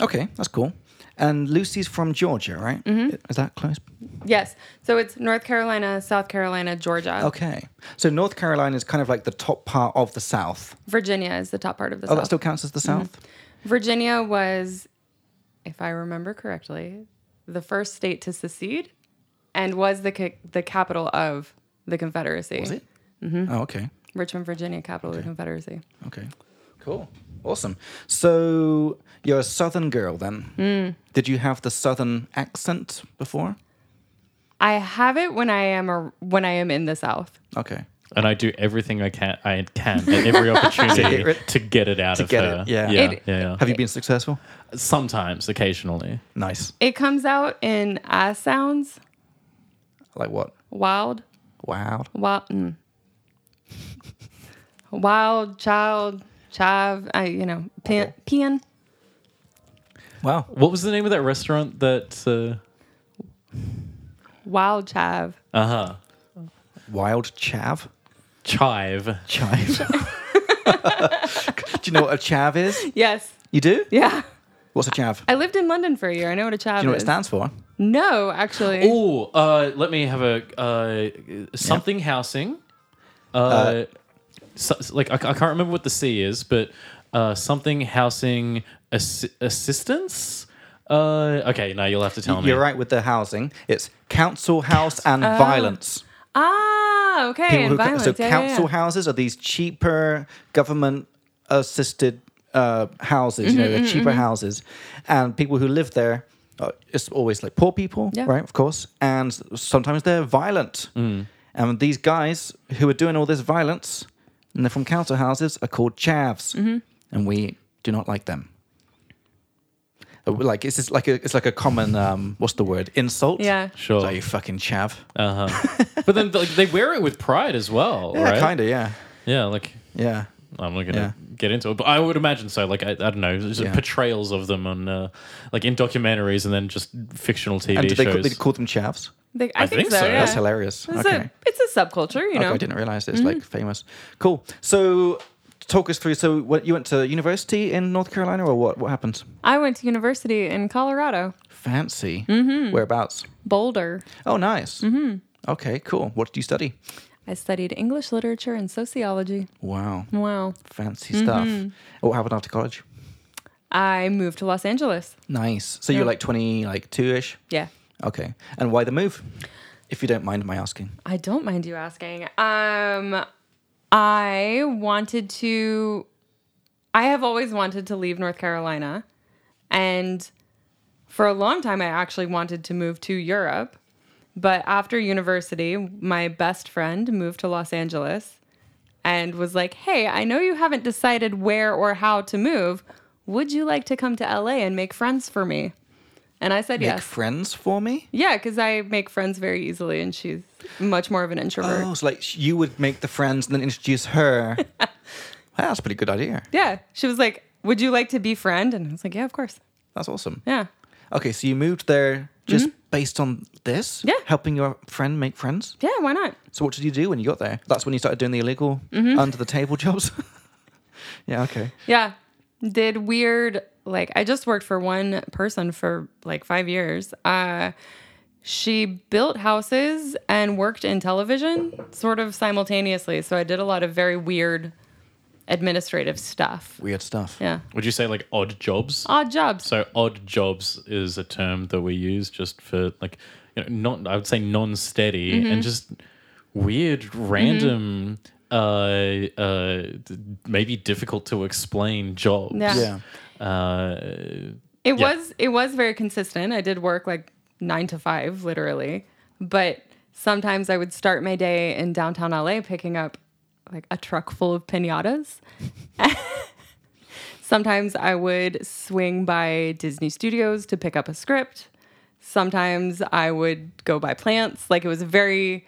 A: Okay, that's cool. And Lucy's from Georgia, right? Is that close?
C: Yes. So it's North Carolina, South Carolina, Georgia.
A: Okay. So North Carolina is kind of like the top part of the South.
C: Virginia is the top part of the
A: Oh, that
C: South.
A: still counts as the South?
C: Virginia was, if I remember correctly, the first state to secede, and was the ca- the capital of the Confederacy.
A: Is it? Mm-hmm. Oh, okay.
C: Richmond, Virginia, capital of the Confederacy.
A: Okay. Cool. Awesome. So you're a Southern girl then. Did you have the Southern accent before?
C: I have it when I am a, when I am in the South.
A: Okay.
B: And I do everything I can, I can at every opportunity to,
A: get
B: get
A: rid-
B: it out of
A: get it,
B: her.
A: yeah.
B: yeah,
C: It-
B: yeah, yeah.
A: Have you been successful?
B: Sometimes, occasionally.
A: Nice.
C: It comes out in ah sounds,
A: Like what?
C: wild,
A: Wow.
C: wild, mm. wild child, chive. I you know pan, pan
A: Wow.
B: What was the name of that restaurant that? Uh
C: wild chive.
B: huh.
A: Wild chav?
B: Chive.
A: Chive. do you know what a chav is?
C: Yes.
A: You do?
C: Yeah.
A: What's a chav? Do
C: I lived in London for a year. I know what a chive
A: you know what it
C: is.
A: stands for?
C: No, actually.
B: Oh, uh, let me have a uh, something housing. Uh, so- like I, I can't remember what the C is, but uh, something housing assi- assistance. Uh, okay, now you'll have to tell me.
A: You're right with the housing. It's council house and violence.
C: Ah, okay.
A: People
C: and
A: who
C: violence.
A: so
C: yeah, yeah,
A: council
C: yeah.
A: houses are these cheaper government assisted uh, houses. you know,
C: Mm-hmm,
A: they're cheaper houses, and people who live there. uh, It's always like poor people,
C: Yeah.
A: right? Of course, and sometimes they're violent.
B: Mm.
A: And these guys who are doing all this violence and they're from council houses are called chavs,
C: Mm-hmm.
A: and we do not like them. Uh, Like it's just like a, it's like a common um, what's the word insult?
C: Yeah.
B: Sure.
A: So you fucking chav.
B: Uh huh. but then like, they wear it with pride as well,
A: Yeah,
B: right?
A: kinda. Yeah,
B: Yeah, like
A: yeah.
B: I'm not gonna get into it, but I would imagine so. Like I, I don't know, there's
A: Yeah.
B: portrayals of them on uh, like in documentaries and then just fictional TV
A: And did they, ca-
B: shows.
A: they call them chavs?
C: They- I, think, so. Yeah.
A: That's Mm-hmm. hilarious.
C: It's,
A: okay.
C: a, it's a subculture, you
A: Okay,
C: know.
A: I didn't realize it's like famous. Cool. So talk us through. So what you went to university in North Carolina or what? What happened?
C: I went to university in Colorado,
A: Fancy. Mm-hmm. Whereabouts?
C: Boulder.
A: Oh, nice. Mm-hmm. Okay, cool. What did you study?
C: I studied English literature and sociology.
A: Wow.
C: Wow.
A: Fancy stuff. And What happened after college?
C: I moved to Los Angeles.
A: Nice. So you're like 20, like two ish.
C: Yeah.
A: Okay. And why the move? If you don't mind my asking.
C: I don't mind you asking. Um, I wanted to. I have always wanted to leave North Carolina, and For a long time, I actually wanted to move to Europe. But after university, my best friend moved to Los Angeles and was like, Hey, I know you haven't decided where or how to move. Would you like to come to LA and make friends for me? And I said
A: Make
C: yes.
A: friends for me?
C: yeah, because I make friends very easily and she's much more of an introvert.
A: Oh, so like sh- you would make the friends and then introduce her. wow, that's a pretty good idea.
C: Yeah. She was like, Would you like to be friend? And I was like, Yeah, of course.
A: That's awesome.
C: Yeah. Mm-hmm.
A: Okay, so you moved there just based on this?
C: Yeah.
A: Helping your friend make friends?
C: Yeah, why not?
A: So what did you do when you got there? That's when you started doing the illegal
C: Mm-hmm.
A: under the table jobs? yeah, okay.
C: Yeah. Did weird like I just worked for one person for like 5 years. Uh she built houses and worked in television sort of simultaneously. So I did a lot of very weird administrative stuff.
A: Weird stuff.
C: Yeah.
B: Would you say like odd jobs?
C: Odd jobs.
B: So odd jobs is a term that we use just for like you know non I would say non steady
C: Mm-hmm.
B: and just weird random
C: Mm-hmm.
B: uh uh d- maybe difficult to explain jobs.
C: Yeah.
A: Yeah.
B: Uh
C: It
B: Yeah.
C: was it was very consistent. I did work like nine to five, literally. But sometimes I would start my day in downtown LA picking up like a truck full of pinatas. sometimes I would swing by Disney Studios to pick up a script. Sometimes I would go buy plants. Like it was very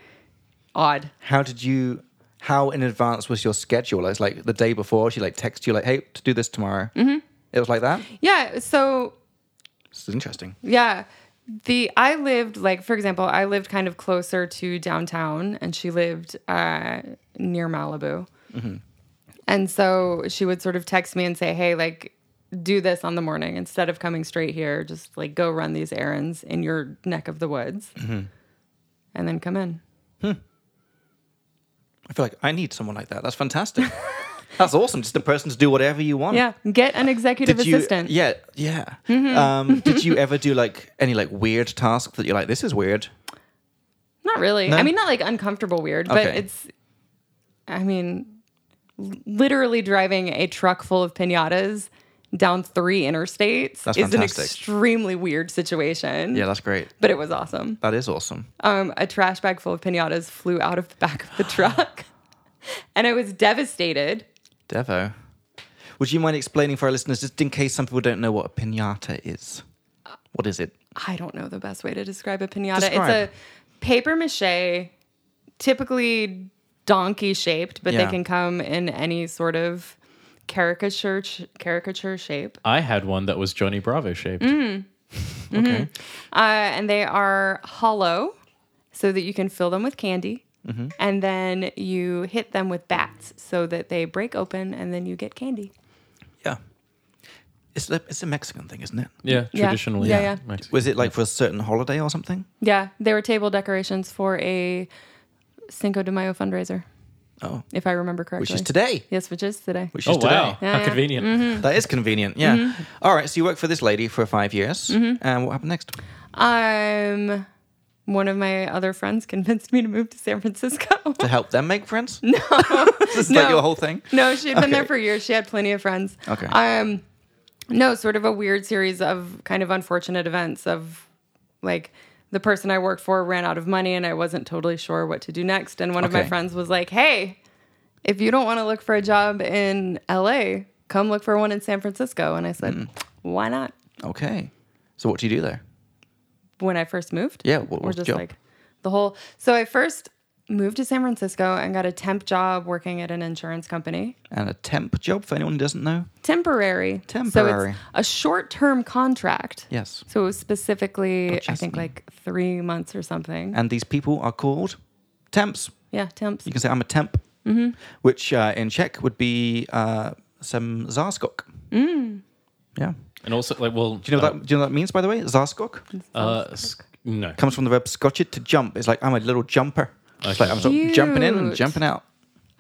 C: odd.
A: How did you? How in advance was your schedule? It's like the day before she like texts you like, "Hey, to do this tomorrow." Mm-hmm. It was like that.
C: Yeah. So
A: This is interesting.
C: Yeah. The I lived like for example, I lived kind of closer to downtown and she lived uh near Malibu.
A: Mm-hmm.
C: And so she would sort of text me and say, "Hey, like do this on the morning instead of coming straight here, just like go run these errands in your neck of the woods."
A: Mm-hmm.
C: And then come in.
A: I feel like I need someone like that. That's fantastic. That's awesome. Just a person to do whatever you want.
C: Yeah, get an executive
A: Did you?
C: assistant. Mm-hmm.
A: Yeah, yeah. Um, did you ever do like any like weird task that you're like, "This is weird"?
C: Not really. I mean, not like uncomfortable weird, but
A: Okay.
C: it's, I mean, l- literally driving a truck full of pinatas down three interstates
A: That's
C: is an
A: fantastic.
C: extremely weird situation.
A: Yeah, that's great.
C: But it was awesome.
A: That is awesome.
C: Um, a trash bag full of pinatas flew out of the back of the truck, and I was devastated.
A: Devo. Would you mind explaining for our listeners, just in case some people don't know what a pinata is? What is it?
C: I don't know the best way to describe a pinata.
A: Describe.
C: It's a paper mache, typically donkey shaped, but
A: Yeah.
C: they can come in any sort of caricature sh- caricature shape.
B: I had one that was Johnny Bravo shaped.
C: Mm.
A: Okay.
C: Uh, and they are hollow, so that you can fill them with candy.
A: Mm-hmm.
C: And then you hit them with bats so that they break open, and then you get candy.
A: Yeah. It's a, it's a Mexican thing, isn't it?
B: Yeah,
C: Yeah.
B: traditionally.
C: Yeah, yeah.
B: Mexican.
A: Was it like for a certain holiday or something?
C: Yeah, they were table decorations for a Cinco de Mayo fundraiser,
A: Oh,
C: if I remember correctly.
A: which is today.
C: Yes, which is today.
A: Which
B: Oh
A: is today.
B: wow,
C: Yeah,
B: how
C: yeah. Mm-hmm.
B: convenient.
C: Mm.
A: That is convenient. Yeah. All right. So you worked for this lady for five years,
C: Mm-hmm.
A: and what happened next?
C: Um, one of my other friends convinced me to move to San Francisco.
A: To help them make friends? No. this is like
C: No.
A: your whole thing.
C: no, she had been there
A: Okay.
C: for years. She had plenty of friends.
A: Okay.
C: Um, no, sort of a weird series of kind of unfortunate events of like the person I worked for ran out of money and I wasn't totally sure what to do next. And one of my
A: Okay.
C: friends was like, "Hey, if you don't want to look for a job in LA, come look for one in San Francisco." And I said,
A: Mm.
C: "Why not?"
A: Okay. So what do you do there?
C: when I first moved.
A: Yeah, what
C: Or
A: was the
C: just
A: job?
C: like the whole. So I first moved to San Francisco and got a temp job working at an insurance company.
A: And a temp job for anyone who doesn't know?
C: Temporary. So
A: Temporary.
C: it's a short term contract.
A: Yes.
C: So it was specifically, I
A: just
C: think,
A: me.
C: like three months or something.
A: And these people are called temps.
C: yeah, temps.
A: You can say I'm a temp, which uh, in Czech would be uh, some zaskok. Mm. Yeah.
B: And also, like, well,
A: Do you know what that? Do you know what that means? By the way, zaskok
B: that? Uh, s- no.
A: comes from the verb "scotchet" to jump. It's like I'm a little jumper. It's like I'm sort of jumping in and
C: Cute.
A: jumping out.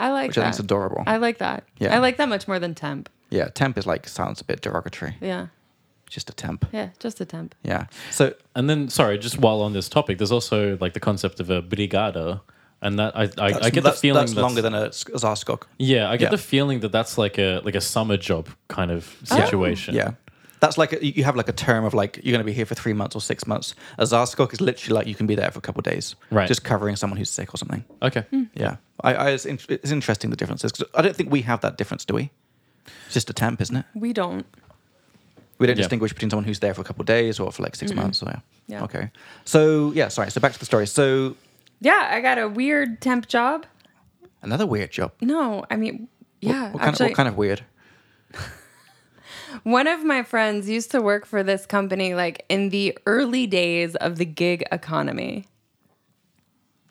C: I like
A: Which I think
C: that.
A: is adorable.
C: I like that.
A: Yeah.
C: I like that much more than temp.
A: Yeah, temp is like sounds a bit derogatory.
C: Yeah.
A: Just a temp.
C: Yeah. Just a temp.
A: Yeah. So
B: And then, sorry, just while on this topic, there's also like the concept of a brigada, and that I I, I get the
A: that's,
B: feeling
A: that's longer than a, s- a zaskok.
B: yeah, I get
A: yeah.
B: the feeling that that's like a like a summer job kind of
A: Yeah.
B: situation.
A: Oh. Yeah. That's like a, you have like a term of like you're going to be here for three months or six months. A Zarskok is literally like you can be there for a couple of days,
B: Right.
A: Just covering someone who's sick or something.
B: Okay.
C: Hmm.
A: Yeah, I, I it's, in, it's interesting the differences 'cause I don't think we have that difference, do we? It's just a temp, isn't it?
C: We don't.
A: We don't
B: Yeah.
A: distinguish between someone who's there for a couple of days or for like 6 months. Or, yeah.
C: Mm-hmm. Yeah.
A: Okay. So yeah, sorry. So back to the story. So
C: Yeah, I got a weird temp job.
A: another weird job.
C: No, I mean, yeah.
A: What kind,
C: actually,
A: of, what kind of weird?
C: One of my friends used to work for this company like in the early days of the gig economy,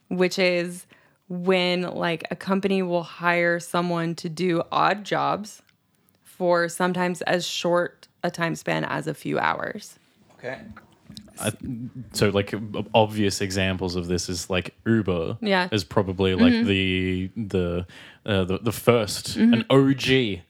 C: which is when like a company will hire someone to do odd jobs for sometimes as short a time span as a few hours.
A: Okay.
B: So like ob- obvious examples of this is like Uber.
C: Yeah. Mm-hmm.
B: Is probably like the the uh, the the 1st an OG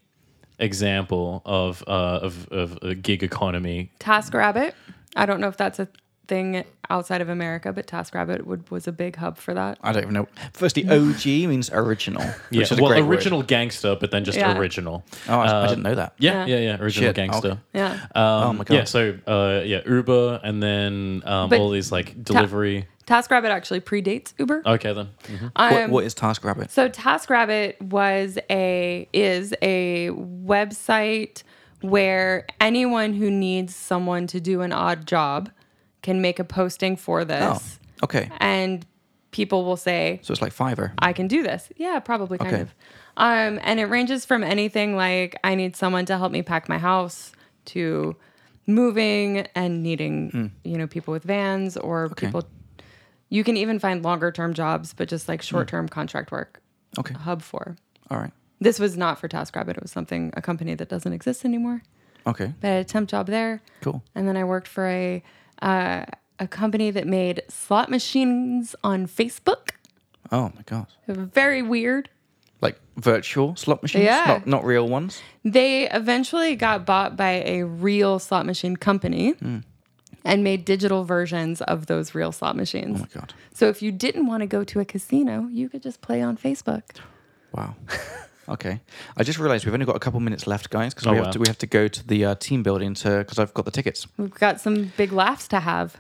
B: example of uh, of of a gig economy.
C: TaskRabbit, I don't know if that's a thing outside of America, but TaskRabbit would, was a big hub for that.
A: I don't even know. Firstly, OG means original.
B: Yeah.
A: Which is a
B: well,
A: great word.
B: original gangster, but then just
C: Yeah.
B: original.
A: Oh, I, I
B: Uh,
A: didn't know that.
B: Yeah,
C: Yeah.
B: yeah, yeah. Original
A: Shit,
B: gangster.
A: okay.
C: Yeah.
B: Um,
A: Oh my God.
B: Yeah, so uh, yeah, Uber and then um,
C: But
B: all these like delivery.
C: TaskRabbit actually predates Uber.
B: okay then. Mhm.
A: What, what is TaskRabbit?
C: So TaskRabbit was a is a website where anyone who needs someone to do an odd job can make a posting for
A: Oh,
C: this
A: okay.
C: and people will say
A: So it's like Fiverr.
C: I can do this. Yeah, probably kind
A: Okay.
C: of. Um, and it ranges from anything like I need someone to help me pack my house to moving and needing,
A: Hmm.
C: you know, people with vans or people. You can even find longer term jobs, but just
A: Hmm.
C: like short term contract work.
A: Okay.
C: Hub for.
A: All right.
C: This was not for TaskRabbit. It was something a company that doesn't exist anymore.
A: Okay.
C: But I had a temp job there,
A: Cool.
C: and then I worked for a uh, a company that made slot machines on Facebook.
A: Oh my god.
C: Very weird.
A: Like virtual slot machines,
C: Yeah.
A: not not real ones.
C: They eventually got bought by a real slot machine company
A: Hmm.
C: and made digital versions of those real slot machines.
A: Oh my god.
C: So if you didn't want to go to a casino, you could just play on Facebook.
A: Wow. Okay, I just realised we've only got a couple minutes left, guys, because we,
B: Oh,
A: have
B: wow.
A: to we have to go to the uh, team building to because I've got the tickets.
C: We've got some big laughs to have.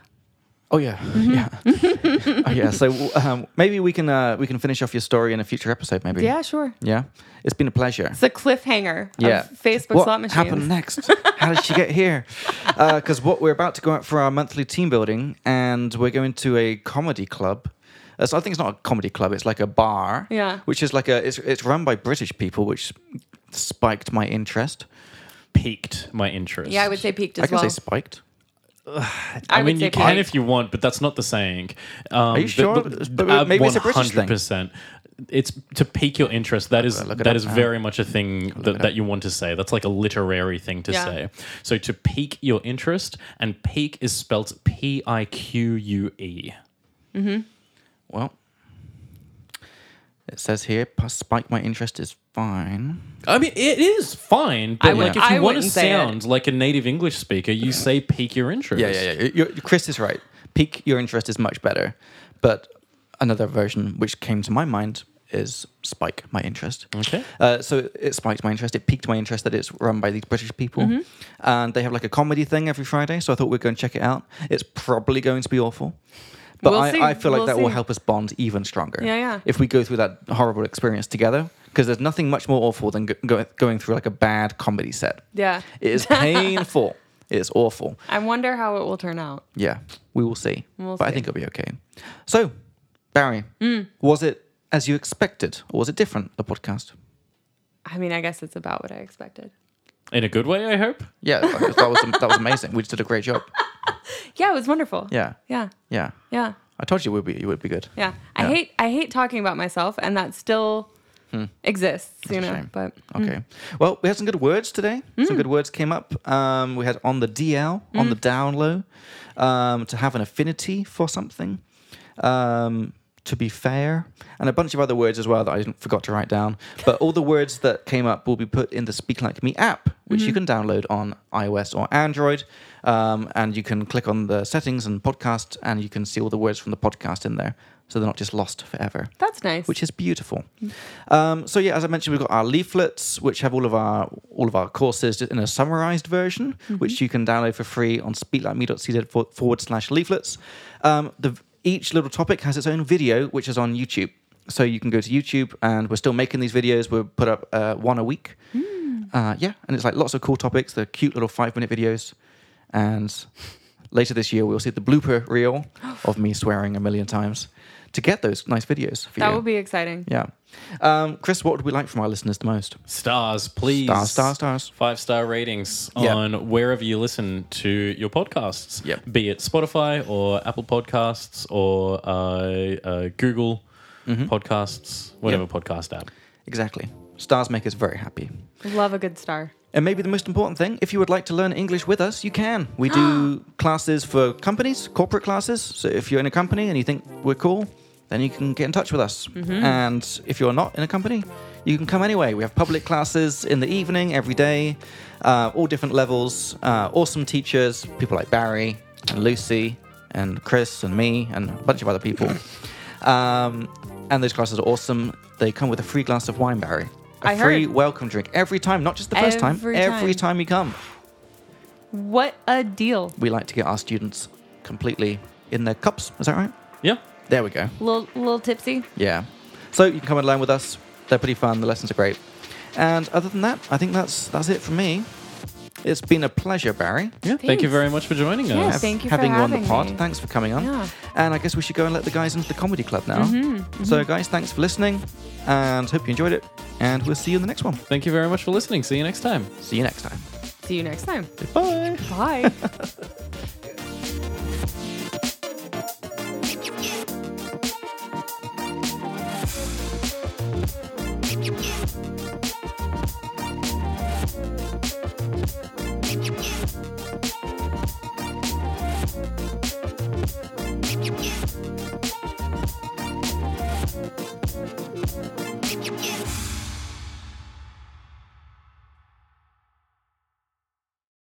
A: Oh yeah,
C: Mm-hmm.
A: yeah, oh, yeah. So um, maybe we can uh, we can finish off your story in a future episode, maybe.
C: Yeah, sure.
A: yeah. It's been a pleasure.
C: It's a cliffhanger
A: yeah.
C: of Facebook
A: what
C: slot machines.
A: happened next? How did she get here? Because what we're about to go out for our monthly team building, and we're going to a comedy club. Uh, so I think it's not a comedy club; it's like a bar.
C: Yeah.
A: Which is like a it's it's run by British people, which spiked my interest.
B: Piqued my interest.
C: Yeah, I would say peaked
A: I
C: as
A: can
C: well.
A: say spiked.
C: I
B: I,
C: would
B: mean,
C: say
B: you can
C: piqued.
B: if you want, but that's not the saying. Um,
A: you sure? But maybe it's a British thing.
B: percent. It's to pique your interest. That is
A: look it up
B: that is
A: now.
B: very much a thing that, that you want to say. That's like a literary thing to
C: Yeah.
B: say. So to pique your interest, and pique is spelt P I Q U E.
A: Well, it says here, "P- spike my interest is fine.
B: I mean, it is fine, but
C: I
B: like
C: would-
B: if
C: I
B: you want to
C: wouldn't say it.
B: sound like a native English speaker, you say pique your interest.
A: yeah. You're, Chris is right. Pique your interest is much better. But another version which came to my mind is spike my interest.
B: Okay.
A: Uh, so it spiked my interest. It piqued my interest that it's run by these British people,
C: Mm-hmm.
A: and they have like a comedy thing every Friday. So I thought we'd go and check it out. It's probably going to be awful, but
C: We'll
A: I,
C: see.
A: I feel like
C: We'll
A: that will
C: see.
A: help us bond even stronger.
C: Yeah, yeah.
A: If we go through that horrible experience together, because there's nothing much more awful than go- go- going through like a bad comedy set.
C: Yeah.
A: It is painful. it is awful.
C: I wonder how it will turn out.
A: Yeah, we will see.
C: We'll
A: but I
C: see. Mm.
A: think it'll be okay. So, Barry, was it as you expected, or was it different? The podcast.
C: I mean, I guess it's about what I expected.
B: In a good way, I hope.
A: Yeah, that, that was that was amazing. We just did a great job.
C: Yeah, it was wonderful.
A: Yeah,
C: Yeah.
A: yeah.
C: Yeah.
A: I told you would be you would be good.
C: Yeah. I
A: Yeah.
C: hate I hate talking about myself and that still exists, you
A: It's a
C: know.
A: shame.
C: But
A: Okay. Well, we had some good words today. Some good words came up. Um, we had on the DL, on the down low, um, to have an affinity for something, um, to be fair, and a bunch of other words as well that I didn't, forgot to write down. But all the words that came up will be put in the Speak Like Me app, which you can download on iOS or Android. Um, and you can click on the settings and podcast, and you can see all the words from the podcast in there. So they're not just lost forever
C: That's nice.
A: which is beautiful. Um, so yeah, as I mentioned, we've got our leaflets, which have all of our all of our courses just in a summarized version,
C: Mm-hmm.
A: which you can download for free on speaklikeme.cz for- forward slash leaflets. Um, the, each little topic has its own video, which is on YouTube. So you can go to YouTube, and we're still making these videos. We put up uh, one a week.
C: Mm.
A: Uh, yeah, and it's like lots of cool topics. They're cute little five minute videos, and later this year we'll see the blooper reel of me swearing a million times to get those nice videos. For
C: that
A: you.
C: would be exciting.
A: Yeah. Um, Chris, what would we like from our listeners the most?
B: Stars, please.
A: Stars, stars, stars.
B: Five star ratings
A: Yep.
B: on wherever you listen to your podcasts,
A: Yep.
B: be it Spotify or Apple Podcasts or uh, uh, Google Podcasts, whatever podcast app.
A: Exactly. Stars make us very happy.
C: Love a good star.
A: And maybe the most important thing, if you would like to learn English with us, you can. We
C: Ah.
A: do classes for companies, corporate classes. So if you're in a company and you think we're cool, then you can get in touch with us.
C: Mm-hmm.
A: And if you're not in a company, you can come anyway. We have public classes in the evening, every day, uh, all different levels. Uh, awesome teachers, people like Barry and Lucy and Chris and me and a bunch of other people. um, and those classes are awesome. They come with a free glass of wine, Barry. A
C: I
A: free
C: heard.
A: welcome drink every time, not just the first time,
C: Every
A: every
C: time.
A: time you come,
C: What a deal.
A: we like to get our students completely in their cups. Is that right?
B: Yeah.
A: There we go.
C: Little little tipsy.
A: Yeah. So you can come and learn with us. They're pretty fun. The lessons are great. And other than that, I think that's that's it for me. It's been a pleasure, Barry.
B: Yeah. Thank you
C: Thanks.
B: very much for joining
C: Yeah,
B: us.
C: thank you for
A: having you on the
C: having
A: pod.
C: me.
A: Thanks for coming on.
C: Yeah. Mm-hmm,
A: And I guess we should go and let the guys into the comedy club now. So, guys, thanks for listening, and hope you enjoyed it. And we'll see you in the next one.
B: Thank you very much for listening. See you next time.
A: See you next time.
C: See you next time.
A: Bye.
C: Bye.